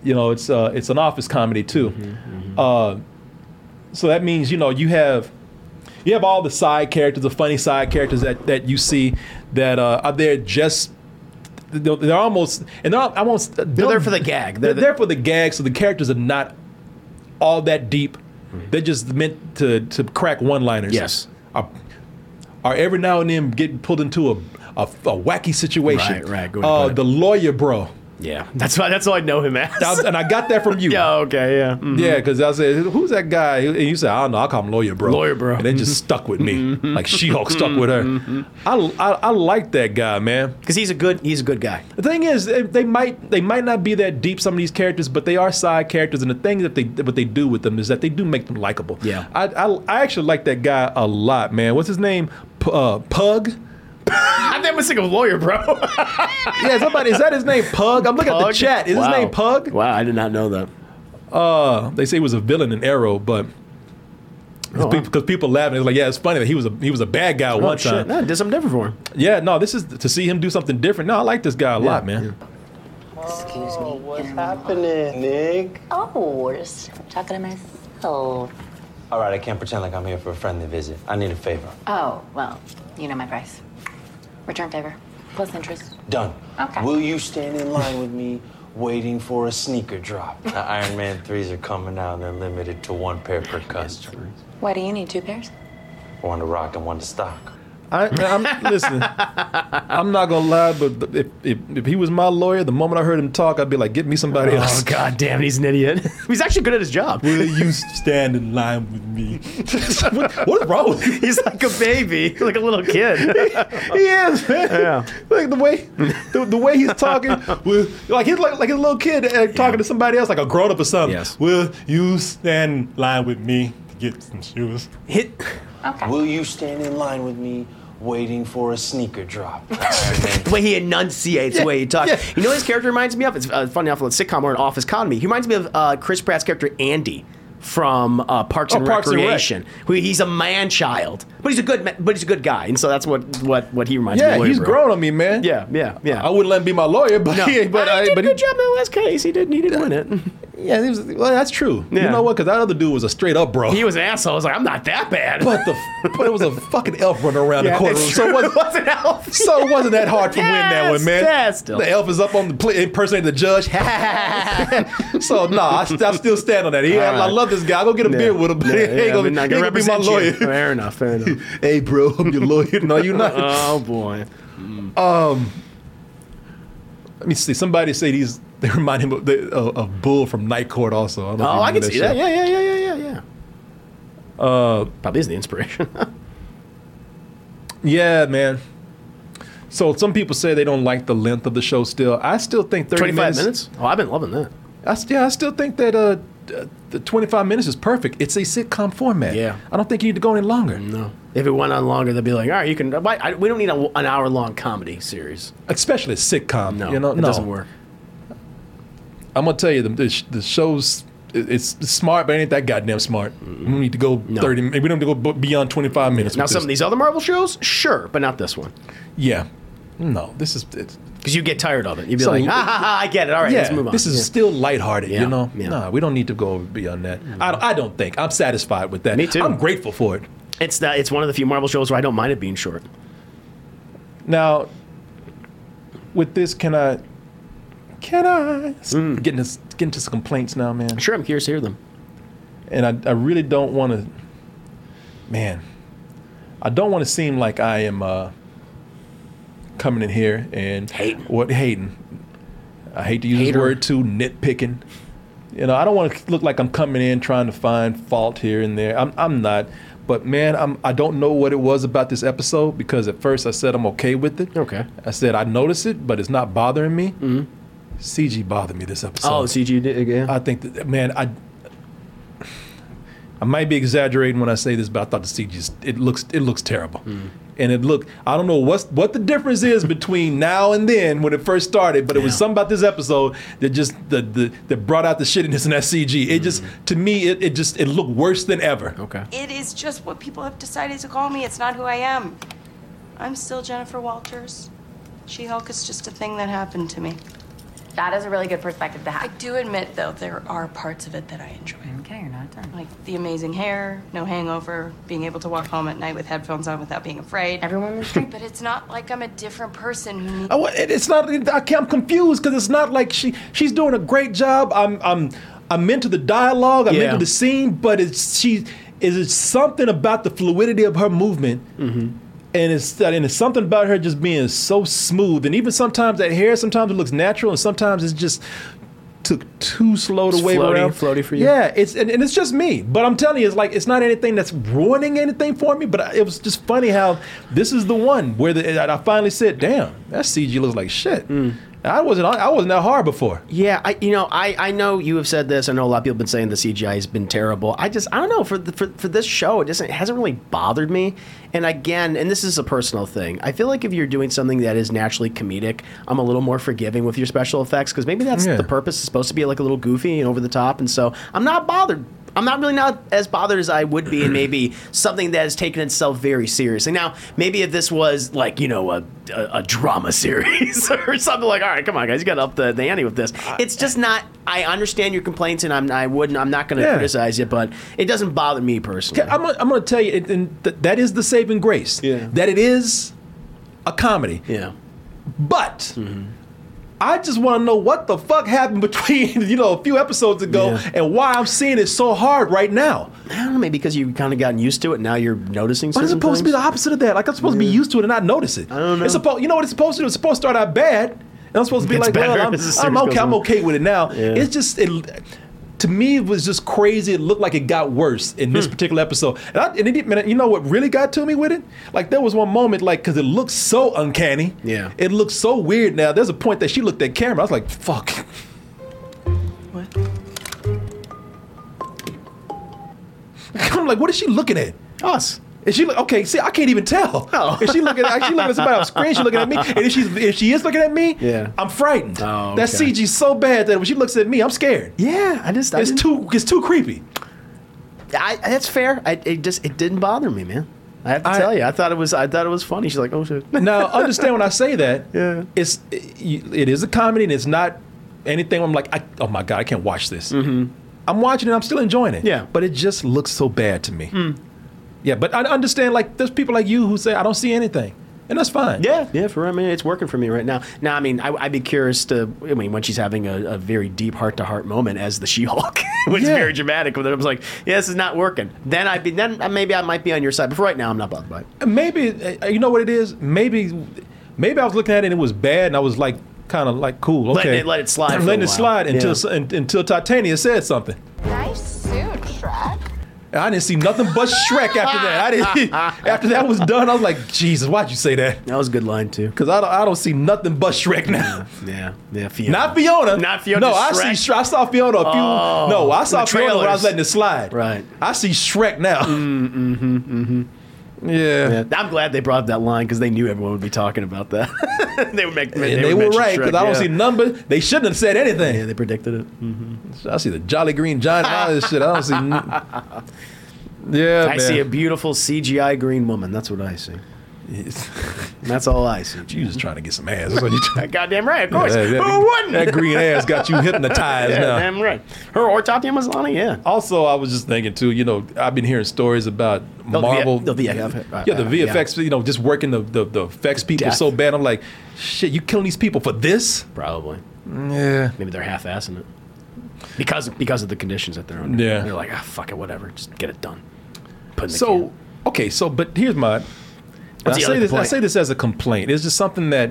Speaker 1: You know, it's uh, it's an office comedy too.
Speaker 4: Mm-hmm,
Speaker 1: Uh, so that means you know you have you have all the side characters, the funny side characters that that you see that uh, are there just. They're they're almost, and they're all, I won't. They're
Speaker 4: there for the gag.
Speaker 1: They're,
Speaker 4: They're the-
Speaker 1: there for the gag, so the characters are not all that deep. They're just meant to to crack one-liners.
Speaker 4: Mm-hmm. Yes.
Speaker 1: Are, are every now and then getting pulled into a a, a wacky situation.
Speaker 4: Right, right, good way to
Speaker 1: Uh,
Speaker 4: put it.
Speaker 1: the lawyer, bro.
Speaker 4: Yeah. That's why. That's all I know him as.
Speaker 1: That was- and I got that from you.
Speaker 4: yeah. Okay. Yeah. Mm.
Speaker 1: Yeah, because I said, "Who's that guy?" And you said, "I don't know. I call him Lawyer Bro."
Speaker 4: Lawyer Bro. Mm-hmm.
Speaker 1: And it just stuck with me, like She Hulk stuck with her. I, I I like that guy, man.
Speaker 4: Because he's a good. He's a good guy.
Speaker 1: The thing is, they, they might they might not be that deep some of these characters, but they are side characters, and the thing that they what they do with them is that they do make them likable.
Speaker 4: Yeah.
Speaker 1: I I, I actually like that guy a lot, man. What's his name? P- uh, Pug.
Speaker 4: I never think of lawyer, bro.
Speaker 1: Yeah, somebody is that his name? Pug. I'm looking at the
Speaker 4: Pug?
Speaker 1: chat. Is
Speaker 4: Wow.
Speaker 1: his name Pug?
Speaker 4: Wow, I did not know that.
Speaker 1: Uh, they say he was a villain in Arrow, but because people, laughing, it's like, yeah, it's funny that he was a he was a bad guy one
Speaker 4: Oh, shit.
Speaker 1: time.
Speaker 4: No, I did something different for him.
Speaker 1: Yeah, no, this is to see him do something different. No, I like this guy a lot, man.
Speaker 2: Excuse me.
Speaker 10: Oh, What's happening, Nick?
Speaker 2: Oh, just talking to myself.
Speaker 10: All right, I can't pretend like I'm here for a friendly visit. I need a favor.
Speaker 2: Oh, well, you know my price. Return favor, plus interest.
Speaker 10: Done.
Speaker 2: Okay.
Speaker 10: Will you stand in line with me waiting for a sneaker drop? The Iron Man 3s are coming out and they're limited to one pair per customer.
Speaker 2: Why do you need two pairs?
Speaker 10: One to rock and one to stock.
Speaker 1: I, I'm listen. I'm not gonna lie, but if, if if he was my lawyer, the moment I heard him talk, I'd be like, get me somebody
Speaker 4: Oh
Speaker 1: else.
Speaker 4: god damn, it, he's an idiot. he's actually good at his job.
Speaker 1: Will you stand in line with me? what, what is wrong with you?
Speaker 4: He's like a baby, like a little kid.
Speaker 1: He is, man.
Speaker 4: Yeah.
Speaker 1: Like the way, the, the way he's talking, will, like he's like like a little kid uh, talking to somebody else, like a grown up or something.
Speaker 4: Yes.
Speaker 1: Will you stand in line with me to get some shoes?
Speaker 4: Hit.
Speaker 2: Okay.
Speaker 10: Will you stand in line with me waiting for a sneaker drop? The Iron Man
Speaker 4: The way he enunciates, the way he talks.
Speaker 1: yeah.
Speaker 4: You know, what his character reminds me of. It's uh, funny enough, a sitcom or an office comedy. He reminds me of uh, Chris Pratt's character Andy from uh, Parks
Speaker 1: Oh,
Speaker 4: and
Speaker 1: Parks and Rec.
Speaker 4: Recreation, who he's a man child, but he's a good, ma- but he's a good guy, and so that's what what what he reminds me. of.
Speaker 1: Yeah,
Speaker 4: Lawyer
Speaker 1: he's
Speaker 4: Bro.
Speaker 1: grown on me, man.
Speaker 4: Yeah, yeah, yeah.
Speaker 1: I wouldn't let him be my lawyer, but
Speaker 4: No.
Speaker 1: he, but
Speaker 4: Ah, he
Speaker 1: I,
Speaker 4: did
Speaker 1: but
Speaker 4: a
Speaker 1: he,
Speaker 4: good job in his case. He didn't. He didn't win it.
Speaker 1: yeah, he was, well, that's true. You
Speaker 4: Yeah.
Speaker 1: know what? Because that other dude was a straight up bro.
Speaker 4: He was an asshole. I was like, I'm not that bad.
Speaker 1: but the f- but it was a fucking elf running around
Speaker 4: Yeah,
Speaker 1: the courtroom,
Speaker 4: that's
Speaker 1: so it
Speaker 4: true.
Speaker 1: wasn't.
Speaker 4: wasn't healthy.
Speaker 1: So it wasn't that hard to win that one,
Speaker 4: Yes,
Speaker 1: man.
Speaker 4: yes, still.
Speaker 1: The elf is up on the pl- impersonating the judge. so no, I, st- I still stand on that. He, I, I love this guy. I go get a beer with him, but he ain't gonna, he ain't gonna be my lawyer.
Speaker 4: Fair enough. Fair enough.
Speaker 1: hey, bro, I'm your lawyer. No, you're not.
Speaker 4: oh boy.
Speaker 1: Let me see. Somebody say these. They remind him of, the, of, of Bull from Night Court. Also, I don't know if
Speaker 4: Oh,
Speaker 1: you
Speaker 4: I can
Speaker 1: remember
Speaker 4: see
Speaker 1: show.
Speaker 4: that. Yeah, yeah, yeah, yeah, yeah, yeah. Uh, probably is the inspiration.
Speaker 1: Yeah, man. So some people say they don't like the length of the show. Still, I still think thirty
Speaker 4: Twenty-five minutes. Oh, I've been loving that.
Speaker 1: I, st- yeah, I still think that uh, uh, the twenty-five minutes is perfect. It's a sitcom format.
Speaker 4: Yeah.
Speaker 1: I don't think you need to go any longer.
Speaker 4: No, if it went on longer, they'd be like, all right, you can. Why, I, we don't need a, an hour-long comedy series.
Speaker 1: Especially a sitcom.
Speaker 4: No,
Speaker 1: you know,
Speaker 4: it
Speaker 1: no.
Speaker 4: doesn't work.
Speaker 1: I'm gonna tell you the the, sh- the show's it- it's smart, but it ain't that goddamn smart. We don't need to go thirty. We don't need to go b- beyond twenty five minutes.
Speaker 4: Now,
Speaker 1: with
Speaker 4: some
Speaker 1: this.
Speaker 4: of these other Marvel shows, sure, but not this one.
Speaker 1: yeah, no, this is it's,
Speaker 4: Because you get tired of it. You'd be
Speaker 1: So-
Speaker 4: like, ah, ha, ha, I get it. All right,
Speaker 1: yeah,
Speaker 4: let's move on.
Speaker 1: This is
Speaker 4: Yeah.
Speaker 1: still lighthearted,
Speaker 4: Yeah,
Speaker 1: you know.
Speaker 4: yeah. Mm.
Speaker 1: Nah, we don't need to go beyond that. I don't, I don't think I'm satisfied with that.
Speaker 4: Me too.
Speaker 1: I'm grateful for it.
Speaker 4: It's that. It's one of the few Marvel shows where I don't mind it being short.
Speaker 1: Now, with this, can I? Can I?
Speaker 4: Mm.
Speaker 1: Getting this, getting to some complaints now, man.
Speaker 4: Sure, I'm curious to hear them.
Speaker 1: and I, I really don't want to, man, I don't want to seem like I am uh, coming in here and
Speaker 4: Hating.
Speaker 1: What hating? I hate to use
Speaker 4: Hater.
Speaker 1: this word too, nitpicking. You know, I don't want to look like I'm coming in trying to find fault here and there. I'm, I'm not. But man, I'm, I don't know what it was about this episode because at first I said I'm okay with it.
Speaker 4: Okay.
Speaker 1: I said I notice it, but it's not bothering me. CG bothered me this episode.
Speaker 4: Mm-hmm. oh, CG did yeah.
Speaker 1: I think that man, I I might be exaggerating when I say this, but I thought the CG is- it looks it looks terrible,
Speaker 4: Mm-hmm.
Speaker 1: and it looked I don't know what's what the difference is between now and then when it first started, but it was
Speaker 4: Yeah.
Speaker 1: something about this episode that just the, the that brought out the shittiness in that CG. It just
Speaker 4: Mm-hmm.
Speaker 1: to me it, it just it looked worse than ever.
Speaker 4: okay.
Speaker 11: It is just what people have decided to call me. It's not who I am. I'm still Jennifer Walters. She Hulk is just a thing that happened to me.
Speaker 8: That is a really good perspective to
Speaker 11: I
Speaker 8: have.
Speaker 11: do admit, though, there are parts of it that I enjoy.
Speaker 8: Okay, you're not done.
Speaker 11: Like the amazing hair, no hangover, being able to walk home at night with headphones on without being afraid.
Speaker 8: Everyone is free.
Speaker 11: But it's not like I'm a different person who needs.
Speaker 1: I, wa- it- it's not. I can't, I'm confused because it's not like she she's doing a great job. I'm I'm I'm into the dialogue. I'm
Speaker 4: Yeah.
Speaker 1: into the scene, but it's she is it something about the fluidity of her movement. And it's and it's something about her just being so smooth, and even sometimes that hair, sometimes it looks natural, and sometimes it's just took too slow to
Speaker 4: It's
Speaker 1: wave
Speaker 4: floaty-
Speaker 1: around.
Speaker 4: floaty for you?
Speaker 1: Yeah, it's and, and it's just me. But I'm telling you, it's like it's not anything that's ruining anything for me. But I, it was just funny how this is the one where the, and I finally said, "Damn, that CG looks like shit." And I wasn't I wasn't that hard before.
Speaker 4: Hmm. Yeah, I you know I, I know you have said this. I know a lot of people have been saying the CGI has been terrible. I just I don't know for the, for for this show it doesn't it hasn't really bothered me. And again, and this is a personal thing. I feel like if you're doing something that is naturally comedic, I'm a little more forgiving with your special effects because maybe that's
Speaker 1: Yeah.
Speaker 4: the purpose. It's supposed to be like a little goofy and over the top, and so I'm not bothered. I'm not really not as bothered as I would be in maybe something that has taken itself very seriously. Now, maybe if this was like you know a, a, a drama series or something like, all right, come on guys, you got to up the, the ante with this. It's just not. I understand your complaints, and I'm I wouldn't. I'm not going to
Speaker 1: Yeah. um,
Speaker 4: criticize it, but it doesn't bother me personally.
Speaker 1: I'm gonna, I'm gonna tell you, it, and th- that is the saving grace.
Speaker 4: Yeah.
Speaker 1: That it is a comedy.
Speaker 4: yeah. Mm-hmm.
Speaker 1: But I just want to know what the fuck happened between you know a few episodes ago
Speaker 4: Yeah.
Speaker 1: and why I'm seeing it so hard right now.
Speaker 4: I don't know, maybe because you've kind of gotten used to it, and now you're noticing
Speaker 1: But
Speaker 4: something.
Speaker 1: it's supposed to be the opposite of that. Like I'm supposed to be used to it and not notice it. I
Speaker 4: don't know.
Speaker 1: It's supposed, you know what it's supposed to do. It's supposed to start out bad, and I'm supposed to be
Speaker 4: Gets
Speaker 1: like,
Speaker 4: better
Speaker 1: well, I'm,
Speaker 4: as the
Speaker 1: I'm
Speaker 4: series
Speaker 1: okay.
Speaker 4: goes
Speaker 1: I'm
Speaker 4: on.
Speaker 1: okay with it now.
Speaker 4: Yeah.
Speaker 1: It's just it. To me, it was just crazy. It looked like it got worse in
Speaker 4: Hmm.
Speaker 1: this particular episode, and, I, and it didn't. man, You know what really got to me with it? Like there was one moment, like because it looked so uncanny.
Speaker 4: Yeah.
Speaker 1: It looked so weird. Now there's a point that she looked at camera. I was like, fuck.
Speaker 11: What?
Speaker 1: I'm like, what is she looking at?
Speaker 4: us.
Speaker 1: Is she look okay? See, I can't even tell.
Speaker 4: Oh.
Speaker 1: If she looking, at, she looking at somebody on screen. She looking at me, and if she's if she is looking at me,
Speaker 4: Yeah.
Speaker 1: I'm frightened.
Speaker 4: Oh,
Speaker 1: That
Speaker 4: okay.
Speaker 1: CG's so bad that when she looks at me, I'm scared.
Speaker 4: Yeah, I just I
Speaker 1: It's
Speaker 4: didn't-
Speaker 1: too it's too creepy.
Speaker 4: I, that's fair. I, it just it didn't bother me, man. I have to
Speaker 1: I-
Speaker 4: tell you, I thought it was I thought it was funny. She's like, oh shit.
Speaker 1: Now, understand when I say that,
Speaker 4: Yeah.
Speaker 1: it's it, it is a comedy and it's not anything. where I'm like, I, oh my god, I can't watch this. I'm watching it. I'm still enjoying it.
Speaker 4: Mm-hmm. Yeah. Mm.
Speaker 1: but it just looks so bad to me. Yeah, but I understand. Like, there's people like you who say I don't see anything, and that's fine.
Speaker 4: Yeah, yeah. For I mean, it's working for me right now. Now, I mean, I, I'd be curious to. I mean, when she's having a, a very deep heart to heart moment as the She-Hulk, which is
Speaker 1: Yeah.
Speaker 4: very dramatic, but I was like, yeah, this is not working. Then I'd be then maybe I might be on your side. But for right now, I'm not bothered by it.
Speaker 1: maybe uh, you know what it is. Maybe maybe I was looking at it and it was bad, and I was like kind of like cool. Okay,
Speaker 4: Letting it- let it slide for a
Speaker 1: letting it
Speaker 4: while.
Speaker 1: slide until
Speaker 4: Yeah.
Speaker 1: so- un- until Titania said something.
Speaker 8: Nice suit, Shrek.
Speaker 1: And I didn't see nothing but Shrek after that. I didn't. after that was done, I was like, Jesus, why'd you say that?
Speaker 4: That was a good line too.
Speaker 1: Because I don't, I don't see nothing but Shrek now.
Speaker 4: Yeah, yeah. Fiona.
Speaker 1: Not Fiona.
Speaker 4: Mm-hmm. Not Fiona,
Speaker 1: No, I
Speaker 4: Shrek.
Speaker 1: see. Shre- I saw Fiona a few.
Speaker 4: Oh,
Speaker 1: no, I
Speaker 4: in
Speaker 1: saw
Speaker 4: the
Speaker 1: Fiona when I was
Speaker 4: trailers.
Speaker 1: letting it slide.
Speaker 4: Right.
Speaker 1: I see Shrek now.
Speaker 4: mm-hmm.
Speaker 1: Yeah.
Speaker 4: I'm glad they brought up that line because they knew everyone would be talking about that. they would make,
Speaker 1: and they,
Speaker 4: would
Speaker 1: were
Speaker 4: mention
Speaker 1: right because
Speaker 4: Shrek,
Speaker 1: I don't
Speaker 4: yeah.
Speaker 1: see numbers. They shouldn't have said anything. Yeah,
Speaker 4: they predicted it.
Speaker 1: I see the Jolly Green Giant and all this shit. I don't see. n- yeah,
Speaker 4: I
Speaker 1: man.
Speaker 4: see a beautiful CGI green woman. That's what I see. That's all I see.
Speaker 1: You just trying to get some ass. That's what you trying.
Speaker 4: Goddamn right, of course.
Speaker 1: Yeah, that- that-
Speaker 4: Who wouldn't?
Speaker 1: that green ass got you hypnotized
Speaker 4: yeah,
Speaker 1: now.
Speaker 4: Damn right. Her or Tatiana Maslany, yeah.
Speaker 1: Also, I was just thinking too. You know, I've been hearing stories about
Speaker 4: the V-
Speaker 1: Marvel.
Speaker 4: the VFX, right,
Speaker 1: yeah, the
Speaker 4: right, yeah.
Speaker 1: VFX. You know, just working the the, the effects people
Speaker 4: Death.
Speaker 1: so bad. I'm like, shit, you killing these people for this?
Speaker 4: Probably.
Speaker 1: Yeah.
Speaker 4: Maybe they're half-assing it because because of the conditions that they're under.
Speaker 1: Yeah.
Speaker 4: They're like, ah, fuck it, whatever, just get it done. Put in the
Speaker 1: So okay, so but here's my. I
Speaker 4: the
Speaker 1: say
Speaker 4: other
Speaker 1: this. I
Speaker 4: complaint?
Speaker 1: say this as a complaint. It's just something that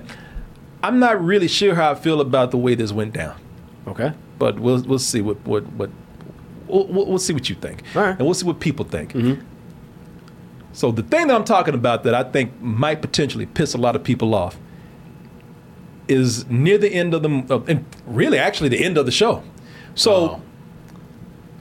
Speaker 1: I'm not really sure how I feel about the way this went down.
Speaker 4: Okay.
Speaker 1: But we'll we'll see what what what we'll, we'll we'll see what you think, and we'll see what people think. So the thing that I'm talking about that I think might potentially piss a lot of people off is near the end of the of, and really actually the end of the show. So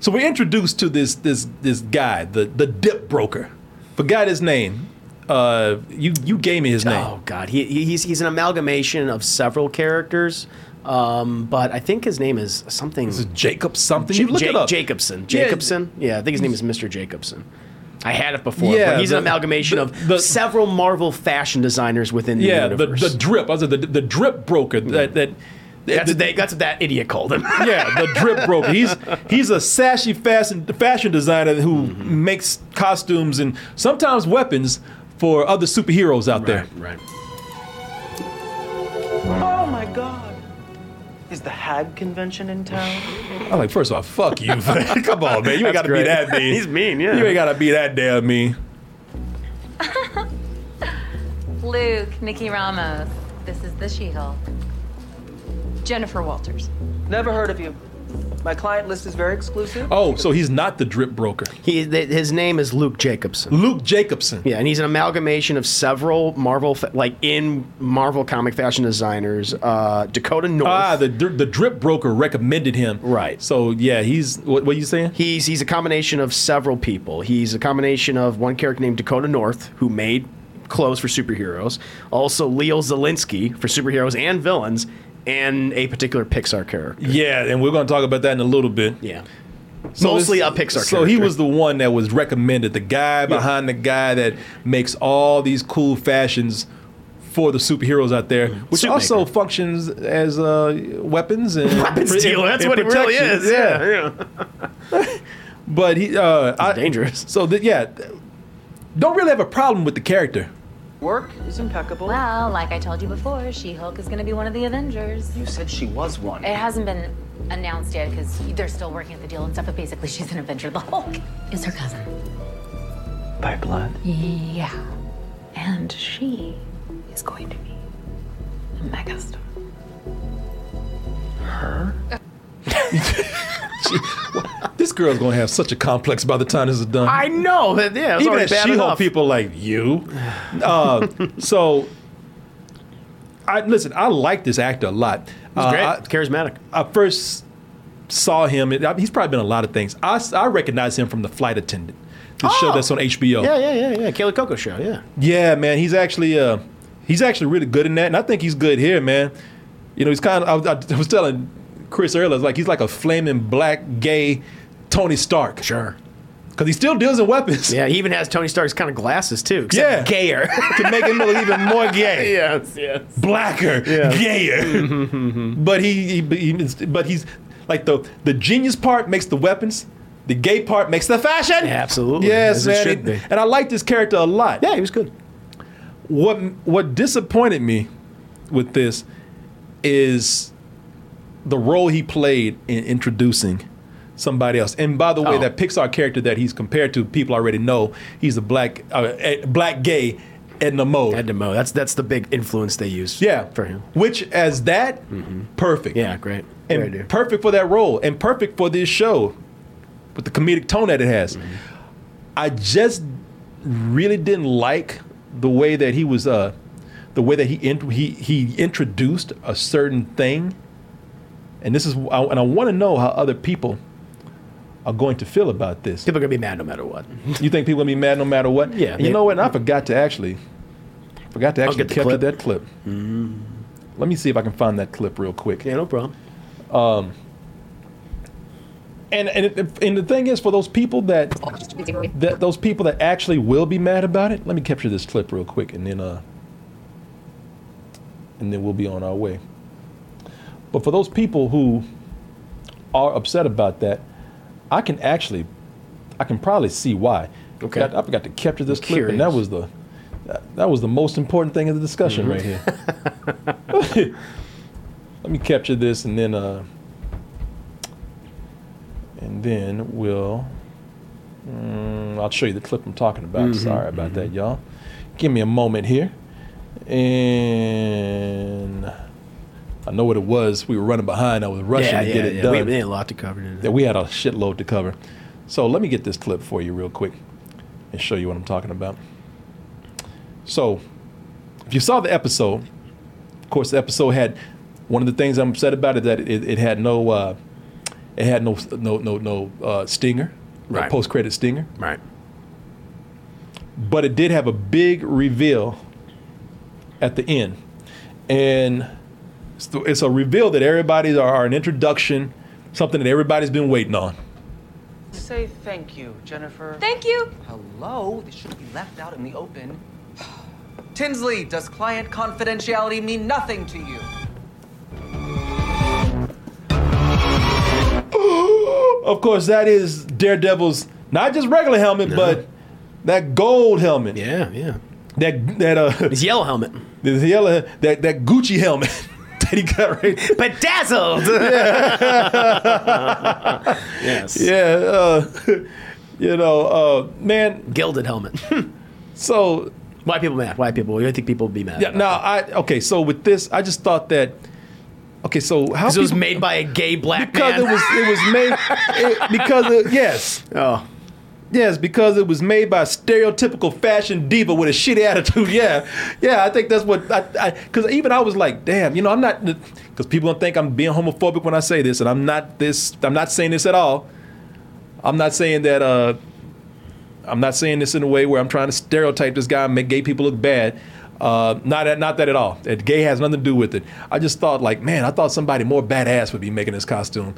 Speaker 1: so we're introduced to this this this guy, the the dip broker. Forgot his name. Uh, you you gave me his name.
Speaker 4: Oh God, he, he- he's he's an amalgamation of several characters, um, but I think his name is something. Is
Speaker 1: Jacob something? You look it up.
Speaker 4: Jacobson.
Speaker 1: Yeah.
Speaker 4: Jacobson. Yeah, I think his name is Mr. Jacobson. I had it before.
Speaker 1: Yeah,
Speaker 4: but he's an
Speaker 1: the-
Speaker 4: amalgamation of several Marvel fashion designers within the
Speaker 1: yeah, the,
Speaker 4: universe.
Speaker 1: the drip. I was the the drip broker that that.
Speaker 4: that's, what they, that's what that idiot called him.
Speaker 1: yeah, the drip broker. He's he's a sassy fashion fashion designer who
Speaker 4: Mm-hmm.
Speaker 1: makes costumes and sometimes weapons for other superheroes out there.
Speaker 4: Right.
Speaker 12: Oh my god. Is the HAG convention in town?
Speaker 1: I'm like, first off, fuck you. Come on, man. You
Speaker 12: That's
Speaker 1: ain't got to be
Speaker 12: great.
Speaker 1: that mean.
Speaker 12: He's mean, yeah.
Speaker 1: You ain't got to be that damn mean.
Speaker 6: Luke, Nikki Ramos. This is the She-Hulk. Jennifer Walters.
Speaker 12: Never heard of you. My client list is very exclusive.
Speaker 1: Oh, so he's not the drip broker.
Speaker 4: He, th- his name is Luke Jacobson.
Speaker 1: Luke Jacobson.
Speaker 4: Yeah, and he's an amalgamation of several Marvel, fa- like in Marvel comic fashion designers. Uh, Dakota North.
Speaker 1: Ah, the dr- the drip broker recommended him. Right. So yeah, he's what, what are you saying?
Speaker 4: He's he's a combination of several people. He's a combination of one character named Dakota North, who made clothes for superheroes, also Leo Zelinsky for superheroes and villains, and a particular Pixar character.
Speaker 1: Yeah, and we're gonna talk about that in a little bit.
Speaker 4: Yeah.
Speaker 1: So
Speaker 4: Mostly
Speaker 1: this-
Speaker 4: a Pixar
Speaker 1: So he
Speaker 4: character.
Speaker 1: was the one that was recommended, the guy behind the guy that makes all these cool fashions for the superheroes out there, which
Speaker 4: Suit
Speaker 1: also functions as uh, weapons and
Speaker 4: Weapons
Speaker 1: and-
Speaker 4: dealer, that's
Speaker 1: and
Speaker 4: what it really
Speaker 1: protection.
Speaker 4: is, yeah,
Speaker 1: but he uh, I,
Speaker 4: dangerous.
Speaker 1: So th- yeah, don't really have a problem with the character.
Speaker 12: Work is impeccable.
Speaker 8: Well, like I told you before, She-Hulk is going to be one of the Avengers.
Speaker 12: You said she was one.
Speaker 8: It hasn't been announced yet because they're still working at the deal and stuff. But basically, she's an Avenger. The Hulk is her cousin.
Speaker 12: By blood.
Speaker 8: Yeah, and she is going to be a megastar.
Speaker 12: Her?
Speaker 1: This girl's gonna have such a complex by the time this is done.
Speaker 4: I know that. Yeah, it's
Speaker 1: Even
Speaker 4: already
Speaker 1: as
Speaker 4: bad
Speaker 1: She-Hulk
Speaker 4: enough.
Speaker 1: people like you. Uh, so, I listen. I like this actor a lot.
Speaker 4: He's great.
Speaker 1: Uh, I-
Speaker 4: charismatic.
Speaker 1: I first saw him. it- I- he's probably been a lot of things. I, s- I recognize him from the flight attendant, the show
Speaker 4: Oh.
Speaker 1: that's on HBO.
Speaker 4: Yeah, yeah, yeah, yeah. Kayla Coco show. Yeah.
Speaker 1: Yeah, man, he's actually uh, he's actually really good in that, and I think he's good here, man. You know, he's kind of. I, was- I was telling Chris earlier, it's like he's like a flaming black gay Tony Stark.
Speaker 4: Sure.
Speaker 1: Because he still deals in weapons.
Speaker 4: Yeah, he even has Tony Stark's kind of glasses too.
Speaker 1: Yeah.
Speaker 4: Except gayer.
Speaker 1: to make him look even more gay.
Speaker 4: Yes, yes.
Speaker 1: Blacker,
Speaker 4: Yeah.
Speaker 1: gayer. but he, he, but he- but he's like the the genius part makes the weapons. The gay part makes the fashion.
Speaker 4: Absolutely.
Speaker 1: Yes,
Speaker 4: As it
Speaker 1: man.
Speaker 4: should be.
Speaker 1: And I like this character a lot.
Speaker 4: Yeah, he was good.
Speaker 1: What what disappointed me with this is the role he played in introducing somebody else. And by the way,
Speaker 4: Oh.
Speaker 1: that Pixar character that he's compared to, people already know he's a black uh, eh, black gay Edna Mode.
Speaker 4: Edna Mode. That's that's the big influence they use.
Speaker 1: Yeah,
Speaker 4: for him. Mm-hmm.
Speaker 1: Which as that, perfect.
Speaker 4: Yeah, great.
Speaker 1: and
Speaker 4: Great idea.
Speaker 1: perfect for that role, and perfect for this show, with the comedic tone that it has.
Speaker 4: Mm-hmm.
Speaker 1: I just really didn't like the way that he was, uh, the way that he int- he he introduced a certain thing, and this is, I, and I want to know how other people are going to feel about this.
Speaker 4: People are going to be mad no matter what.
Speaker 1: you think people are going to be mad no matter what?
Speaker 4: Yeah,
Speaker 1: And you
Speaker 4: they-
Speaker 1: know what? And I forgot to actually, forgot to
Speaker 4: I'll
Speaker 1: actually
Speaker 4: get the
Speaker 1: capture
Speaker 4: clip. Mm-hmm.
Speaker 1: that clip. Let me see if I can find that clip real quick.
Speaker 4: Yeah, no problem.
Speaker 1: Um, and and it, and the thing is, for those people that, that those people that actually will be mad about it, let me capture this clip real quick, and then uh, and then we'll be on our way. But for those people who are upset about that, I can actually, I can probably see why. Okay. I, I forgot to capture this clip, and that was the, that, that was the most important thing in the discussion
Speaker 4: Mhm.
Speaker 1: right here. Let me capture this, and then, uh, and then we'll, mm, I'll show you the clip I'm talking about.
Speaker 4: Mhm,
Speaker 1: Sorry about that, y'all. Give me a moment here, and. I know what it was. We were running behind. I was rushing
Speaker 4: yeah,
Speaker 1: to
Speaker 4: yeah,
Speaker 1: get it
Speaker 4: yeah.
Speaker 1: done.
Speaker 4: We, we had a lot to cover. didn't we?
Speaker 1: that we had a shitload to cover. So let me get this clip for you real quick and show you what I'm talking about. So, if you saw the episode, of course, the episode had one of the things I'm upset about is that it, it had no uh, it had no no no no uh, stinger,
Speaker 4: Right.
Speaker 1: post credit stinger,
Speaker 4: right?
Speaker 1: But it did have a big reveal at the end, and it's, the- it's a reveal that everybody's are, are an introduction, something that everybody's been waiting on.
Speaker 13: Say thank you, Jennifer.
Speaker 6: Thank you.
Speaker 13: Hello? This shouldn't be left out in the open. Tinsley, does client confidentiality mean nothing to you?
Speaker 1: of course, that is Daredevil's not just regular helmet, but that gold helmet.
Speaker 4: Yeah, yeah.
Speaker 1: That that uh, his
Speaker 4: yellow helmet.
Speaker 1: His yellow that that Gucci helmet that he got right.
Speaker 4: Bedazzled.
Speaker 1: Yeah.
Speaker 4: Yes.
Speaker 1: Yeah. Uh, you know, uh, man.
Speaker 4: Gilded helmet.
Speaker 1: so.
Speaker 4: Why people mad? Why people? You think people would be mad?
Speaker 1: Yeah. Now I okay. So with this, I just thought that. Okay, so how
Speaker 4: 'Cause it was
Speaker 1: people-
Speaker 4: made by a gay black
Speaker 1: because
Speaker 4: man.
Speaker 1: it was it was made it- because it, yes
Speaker 4: oh
Speaker 1: yes because it was made by a stereotypical fashion diva with a shitty attitude yeah yeah I think that's what I because even I was like damn you know I'm not because people don't think I'm being homophobic when I say this and I'm not this I'm not saying this at all I'm not saying that uh I'm not saying this in a way where I'm trying to stereotype this guy and make gay people look bad. Uh, not at, not that at all. That gay has nothing to do with it. I just thought like, man, I thought somebody more badass would be making this costume.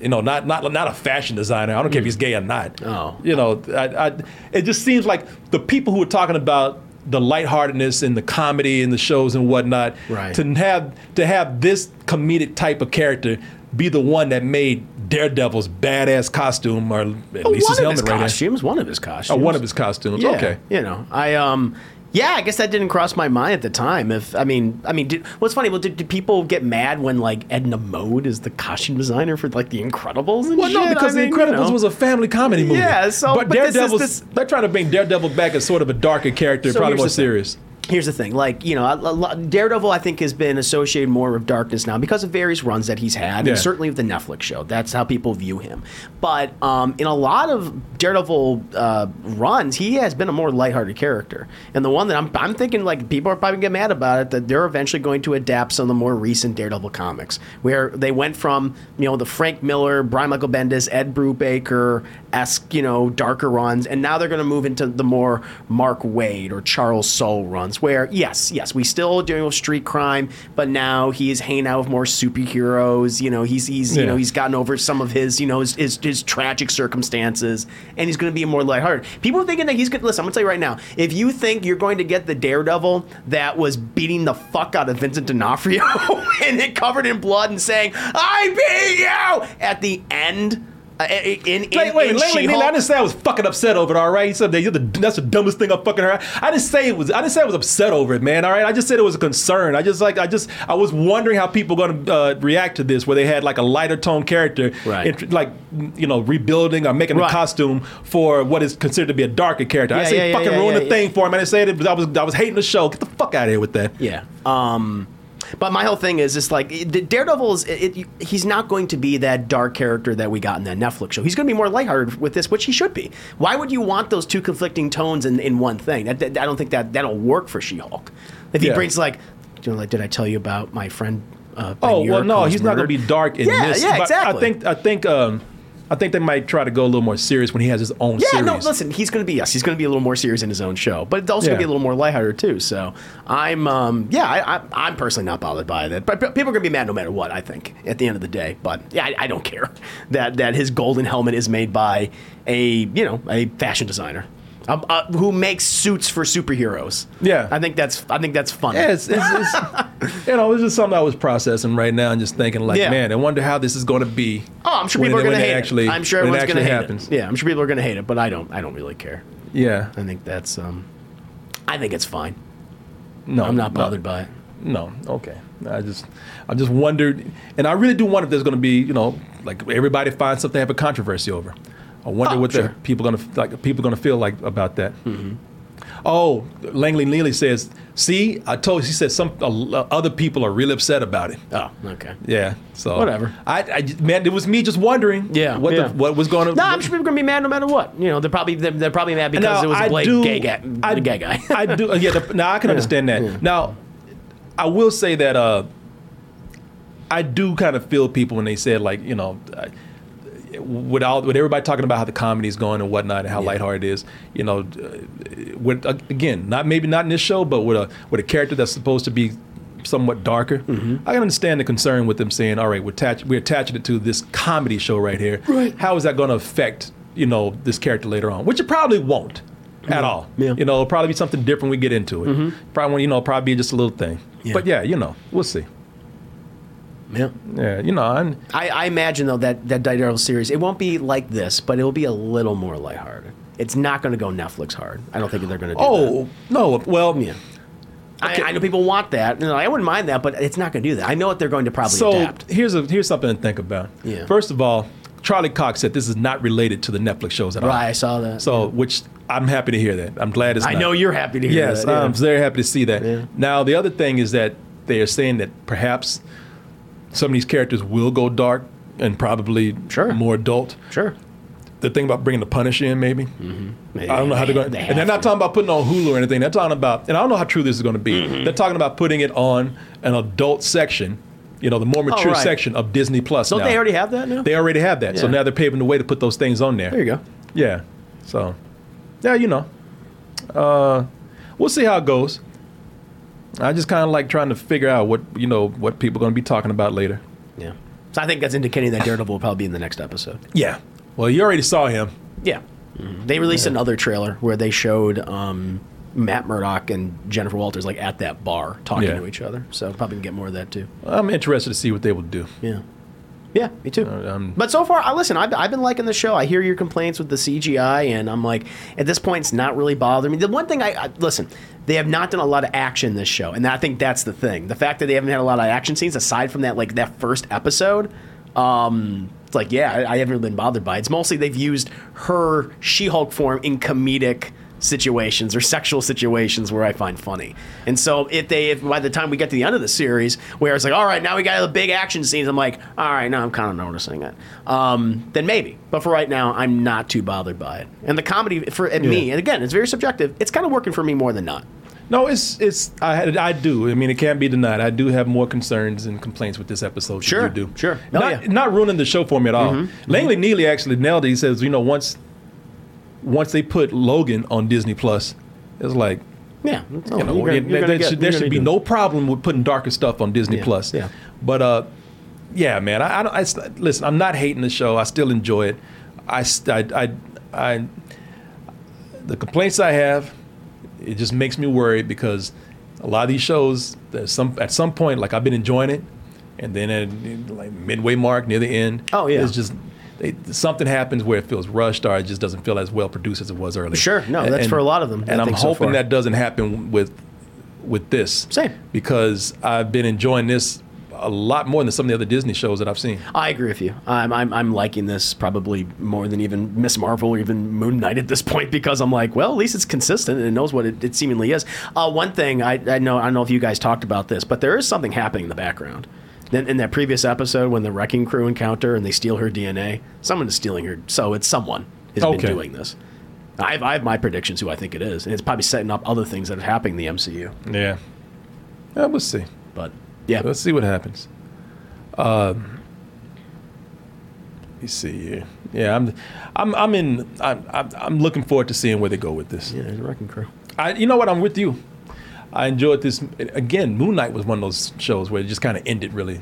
Speaker 1: You know, not not not a fashion designer. I don't care if he's gay or not. Oh, you know, I, I, it just seems like the people who are talking about the lightheartedness and the comedy and the shows and whatnot.
Speaker 4: Right.
Speaker 1: To have to have this comedic type of character be the one that made Daredevil's badass costume, or at least his
Speaker 4: Oh, one
Speaker 1: helmet
Speaker 4: of his
Speaker 1: right there.
Speaker 4: costumes. One of his costumes.
Speaker 1: Oh, one of his costumes.
Speaker 4: Yeah,
Speaker 1: Okay.
Speaker 4: You know, I um, yeah, I guess that didn't cross my mind at the time. If I mean, I mean, did, what's funny? Well, did, did people get mad when like Edna Mode is the costume designer for like The Incredibles? And
Speaker 1: Well, no,
Speaker 4: shit?
Speaker 1: because
Speaker 4: I mean,
Speaker 1: The
Speaker 4: you
Speaker 1: Incredibles
Speaker 4: know.
Speaker 1: was a family comedy movie.
Speaker 4: Yeah, so-
Speaker 1: but,
Speaker 4: but this is-
Speaker 1: Daredevil's
Speaker 4: this-
Speaker 1: they're trying to bring Daredevil back as sort of a darker character,
Speaker 4: So
Speaker 1: probably
Speaker 4: here's
Speaker 1: more
Speaker 4: the thing.
Speaker 1: serious.
Speaker 4: Here's the thing, like you know, a- a lot- Daredevil I think has been associated more with darkness now because of various runs that he's had,
Speaker 1: Yeah.
Speaker 4: and certainly with the Netflix show. That's how people view him. But um, in a lot of Daredevil uh, runs, he has been a more lighthearted character. And the one that I'm, I'm thinking, like people are probably gonna get mad about it, that they're eventually going to adapt some of the more recent Daredevil comics, where they went from you know the Frank Miller, Brian Michael Bendis, Ed Brubaker esque you know darker runs, and now they're going to move into the more Mark Wade or Charles Soule runs, where yes, yes, we still dealing with street crime, but now he is hanging out with more superheroes. You know, he's he's you
Speaker 1: Yeah.
Speaker 4: know he's gotten over some of his you know his his, his tragic circumstances, and he's going to be more lighthearted. People are thinking that he's going. to Listen, I'm going to tell you right now, if you think you're going to get the Daredevil that was beating the fuck out of Vincent D'Onofrio and then covered in blood and saying "I beat you" at the end. uh, In, in,
Speaker 1: Wait, wait,
Speaker 4: in
Speaker 1: Lately, Neil,
Speaker 4: She-Hulk.
Speaker 1: I didn't say I was fucking upset over it. All right, he said that you're the, that's the dumbest thing I'm fucking her. I didn't say it was. I didn't say I was upset over it, man. All right, I just said it was a concern. I just like I just I was wondering how people going to uh, react to this, where they had like a lighter tone character,
Speaker 4: Right.
Speaker 1: int- like you know, rebuilding or making
Speaker 4: Right.
Speaker 1: a costume for what is considered to be a darker character. I
Speaker 4: Yeah,
Speaker 1: didn't say
Speaker 4: yeah, yeah,
Speaker 1: fucking
Speaker 4: yeah,
Speaker 1: ruin
Speaker 4: yeah,
Speaker 1: the
Speaker 4: yeah.
Speaker 1: thing for him. I didn't say that I was I was hating the show. Get the fuck out of here with that.
Speaker 4: Yeah. Um, but my whole thing is just like it- the Daredevil is it, it, he's not going to be that dark character that we got in that Netflix show. He's going to be more lighthearted with this, which he should be. Why would you want those two conflicting tones in, in one thing? That, that- I don't think that that'll work for She-Hulk. If he
Speaker 1: Yeah.
Speaker 4: brings like, you know, like did I tell you about my friend? Uh,
Speaker 1: Oh
Speaker 4: Ben
Speaker 1: well,
Speaker 4: Urich,
Speaker 1: no,
Speaker 4: who was
Speaker 1: he's not going to
Speaker 4: murdered?
Speaker 1: be dark in
Speaker 4: yeah,
Speaker 1: this.
Speaker 4: Yeah,
Speaker 1: but
Speaker 4: exactly.
Speaker 1: I think I think um, I think they might try to go a little more serious when he has his own
Speaker 4: Yeah,
Speaker 1: series.
Speaker 4: no, listen, he's going to be yes, he's going to be a little more serious in his own show, but it's also
Speaker 1: Yeah.
Speaker 4: going to be a little more lighthearted too. So I'm, um, yeah, I, I, I'm personally not bothered by that. But people are going to be mad no matter what. I think at the end of the day, but yeah, I, I don't care that that his golden helmet is made by a you know a fashion designer. Um, uh, who makes suits for superheroes?
Speaker 1: Yeah,
Speaker 4: I think that's I think that's funny.
Speaker 1: Yeah, it's, it's, it's you know, it's just something I was processing right now and just thinking like,
Speaker 4: Yeah.
Speaker 1: man, I wonder how this is going to be.
Speaker 4: Oh, I'm sure
Speaker 1: when
Speaker 4: people are
Speaker 1: it-
Speaker 4: going to
Speaker 1: when it
Speaker 4: hate
Speaker 1: actually,
Speaker 4: it. I'm sure
Speaker 1: when it
Speaker 4: everyone's going to
Speaker 1: actually
Speaker 4: hate
Speaker 1: happens.
Speaker 4: it. Yeah, I'm sure people are going to hate it, but I don't. I don't really care.
Speaker 1: Yeah,
Speaker 4: I think that's. Um, I think it's fine.
Speaker 1: No,
Speaker 4: I'm not
Speaker 1: no.
Speaker 4: bothered by it.
Speaker 1: No, okay. I just, I just wondered, and I really do wonder if there's going to be, you know, like everybody finds something to have a controversy over. I wonder
Speaker 4: Oh,
Speaker 1: what
Speaker 4: sure. Mm-hmm.
Speaker 1: the people going to like. People going to feel like about that. Oh, Langley Neely says, "See, I told you." He said some uh, other people are real upset about it.
Speaker 4: Oh, okay.
Speaker 1: Yeah. So
Speaker 4: Whatever.
Speaker 1: I, I j- man, it was me just wondering. Yeah. What
Speaker 4: yeah.
Speaker 1: the, what was going on?
Speaker 4: No, I'm sure people are going to be mad no matter what. You know, they're probably they're, they're probably mad because
Speaker 1: Now,
Speaker 4: it was a
Speaker 1: I
Speaker 4: Blake
Speaker 1: do-
Speaker 4: gay guy. I, gay guy.
Speaker 1: I do. Yeah. The, now I can understand that. Now, I will say that uh, I do kind of feel people when they said like you know, I- with all with everybody talking about how the comedy is going and whatnot and how lighthearted it is, you know, uh, with again not maybe not in this show, but with a with a character that's supposed to be somewhat darker, I can understand the concern with them saying, all right, we're attach- we're attaching it to this comedy show right here. Right. How is that going to affect you know this character later on? Which it probably won't at all. Mm-hmm. Yeah. You know, it'll probably be something different when we get into it. Probably, you know, probably be just a little thing. But yeah, you know, we'll see.
Speaker 4: Yeah.
Speaker 1: Yeah, you know, I'm,
Speaker 4: I, I imagine though that that Daredevil series it won't be like this, but it'll be a little more lighthearted. It's not going to go Netflix hard. I don't think they're going to do that.
Speaker 1: Oh, no. Well, yeah.
Speaker 4: I, I know people want that. You know, I wouldn't mind that, but it's not going to do that. I know what they're going to probably
Speaker 1: so
Speaker 4: adapt.
Speaker 1: here's a here's something to think about.
Speaker 4: Yeah.
Speaker 1: First of all, Charlie Cox said this is not related to the Netflix shows at all.
Speaker 4: Right, I saw that.
Speaker 1: So, which I'm happy to hear that. I'm glad it's.
Speaker 4: I
Speaker 1: not.
Speaker 4: know you're happy to hear
Speaker 1: Yes,
Speaker 4: that, yeah.
Speaker 1: I'm very happy to see that. Now, the other thing is that they are saying that perhaps some of these characters will go dark and probably more adult.
Speaker 4: Sure.
Speaker 1: The thing about bringing the Punisher in, maybe. I don't know how they're going.
Speaker 4: They
Speaker 1: and they're not talking about putting on Hulu or anything. They're talking about, and I don't know how true this is going to be.
Speaker 4: Mm-hmm.
Speaker 1: They're talking about putting it on an adult section, you know, the more mature
Speaker 4: Oh, right.
Speaker 1: section of Disney Plus.
Speaker 4: Don't
Speaker 1: now.
Speaker 4: they already have that now?
Speaker 1: They already have that, so
Speaker 4: Yeah.
Speaker 1: now they're paving the way to put those things on there.
Speaker 4: There you go.
Speaker 1: Yeah. So, yeah, you know, uh, we'll see how it goes. I just kind of like trying to figure out what you know what people are going to be talking about later.
Speaker 4: Yeah. So I think that's indicating that Daredevil will probably be in the next episode.
Speaker 1: Yeah. Well, you already saw him.
Speaker 4: Yeah. They released another trailer where they showed um, Matt Murdock and Jennifer Walters like at that bar talking
Speaker 1: Yeah. Uh,
Speaker 4: to each other. So probably can get more of that too.
Speaker 1: I'm interested to see what they will do.
Speaker 4: Yeah. Yeah, me too. but so far, I listen. I've, I've been liking the show. I hear your complaints with the CGI, and I'm like, at this point, it's not really bothering me. The one thing I, I listen, they have not done a lot of action this show, and I think that's the thing. The fact that they haven't had a lot of action scenes aside from that, like that first episode, um, it's like, yeah, I, I haven't really been bothered by it. It's mostly they've used her She-Hulk form in comedic situations or sexual situations where I find funny. And so if they if by the time we get to the end of the series where it's like, all right, now we got the big action scenes, I'm like, all right, now I'm kind of noticing it. Um, then maybe. But for right now, I'm not too bothered by it. And the comedy for and me, and again, it's very subjective, it's kind of working for me more than not.
Speaker 1: No, it's it's I had- I do. I mean, it can't be denied. I do have more concerns and complaints with this episode. Sure, you do. Sure, Mm-hmm,
Speaker 4: Oh,
Speaker 1: not not ruining the show for me at all. Langley Neely actually nailed it. He says, you know, once once they put Logan on Disney Plus, it's like
Speaker 4: Yeah.
Speaker 1: you
Speaker 4: Oh,
Speaker 1: know, there- there, should, there should be no problem with putting darker stuff on Disney
Speaker 4: Yeah,
Speaker 1: Plus.
Speaker 4: yeah.
Speaker 1: But uh, yeah, man, I, I don't. I s listen, I'm not hating the show. I still enjoy it. I, s- I- I- I- the complaints I have, it just makes me worried because a lot of these shows, there's some at some point, like I've been enjoying it, and then at like midway mark near the end, oh
Speaker 4: yeah.
Speaker 1: it's just. They, something happens where it feels rushed, or it just doesn't feel as well produced as it was earlier.
Speaker 4: Sure, no, that's for a lot of them, I
Speaker 1: And I'm
Speaker 4: think, so
Speaker 1: hoping
Speaker 4: far.
Speaker 1: that doesn't happen with with this. Same. Because I've been enjoying this a lot more than some of the other Disney shows that I've seen.
Speaker 4: I agree with you. I'm, I'm, I'm liking this probably more than even Miss Marvel or even Moon Knight at this point because I'm like, well, at least it's consistent and it knows what it, it seemingly is. Uh, one thing I, I know I don't know if you guys talked about this, but there is something happening in the background. In, in that previous episode, when the wrecking crew encounter and they steal her DNA, someone is stealing her. So it's someone has
Speaker 1: Okay.
Speaker 4: been doing this. I have, I have my predictions who I think it is, and it's probably setting up other things that are happening in the MCU.
Speaker 1: Yeah. yeah we'll see.
Speaker 4: But yeah,
Speaker 1: let's see what happens. Uh, Um, Let me see here. Yeah, I'm, I'm, I'm in. I'm, I'm, I'm looking forward to seeing where they go with this. Yeah,
Speaker 4: the Wrecking Crew.
Speaker 1: I, you know what? I'm with you. I enjoyed this. Again, Moon Knight was one of those shows where it just kind of ended really.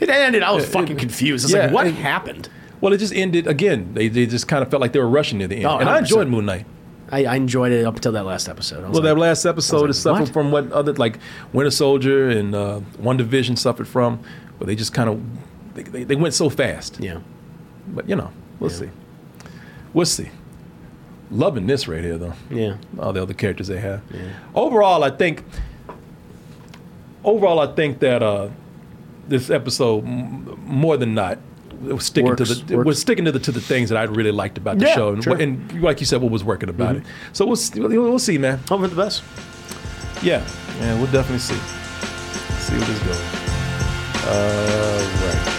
Speaker 4: It ended. I was fucking confused. It's like, what happened?
Speaker 1: Well, it just ended again. They, they just kind of felt like they were rushing near the end,
Speaker 4: Oh,
Speaker 1: and I
Speaker 4: 100%.
Speaker 1: enjoyed Moon Knight.
Speaker 4: I, I enjoyed it up until that last episode. I was
Speaker 1: Well,
Speaker 4: like,
Speaker 1: that last episode
Speaker 4: like,
Speaker 1: is suffered
Speaker 4: what?
Speaker 1: from what other like Winter Soldier and uh, One Division suffered from, where they just kind of they, they, they went so fast.
Speaker 4: Yeah,
Speaker 1: but you know, we'll see. We'll see. Loving this right here though.
Speaker 4: Yeah.
Speaker 1: All the other characters they have. Overall, I think. Overall, I think that uh, this episode, m- more than not, it was sticking
Speaker 4: Works,
Speaker 1: to the
Speaker 4: works.
Speaker 1: was sticking to the to the things that I really liked about the
Speaker 4: Yeah,
Speaker 1: show, and,
Speaker 4: sure.
Speaker 1: what- and like you said, what was working about
Speaker 4: Mhm.
Speaker 1: it. So we'll, s- we'll we'll see, man.
Speaker 4: Hoping for the best.
Speaker 1: Yeah, yeah, we'll definitely see. See what is going. Uh, right.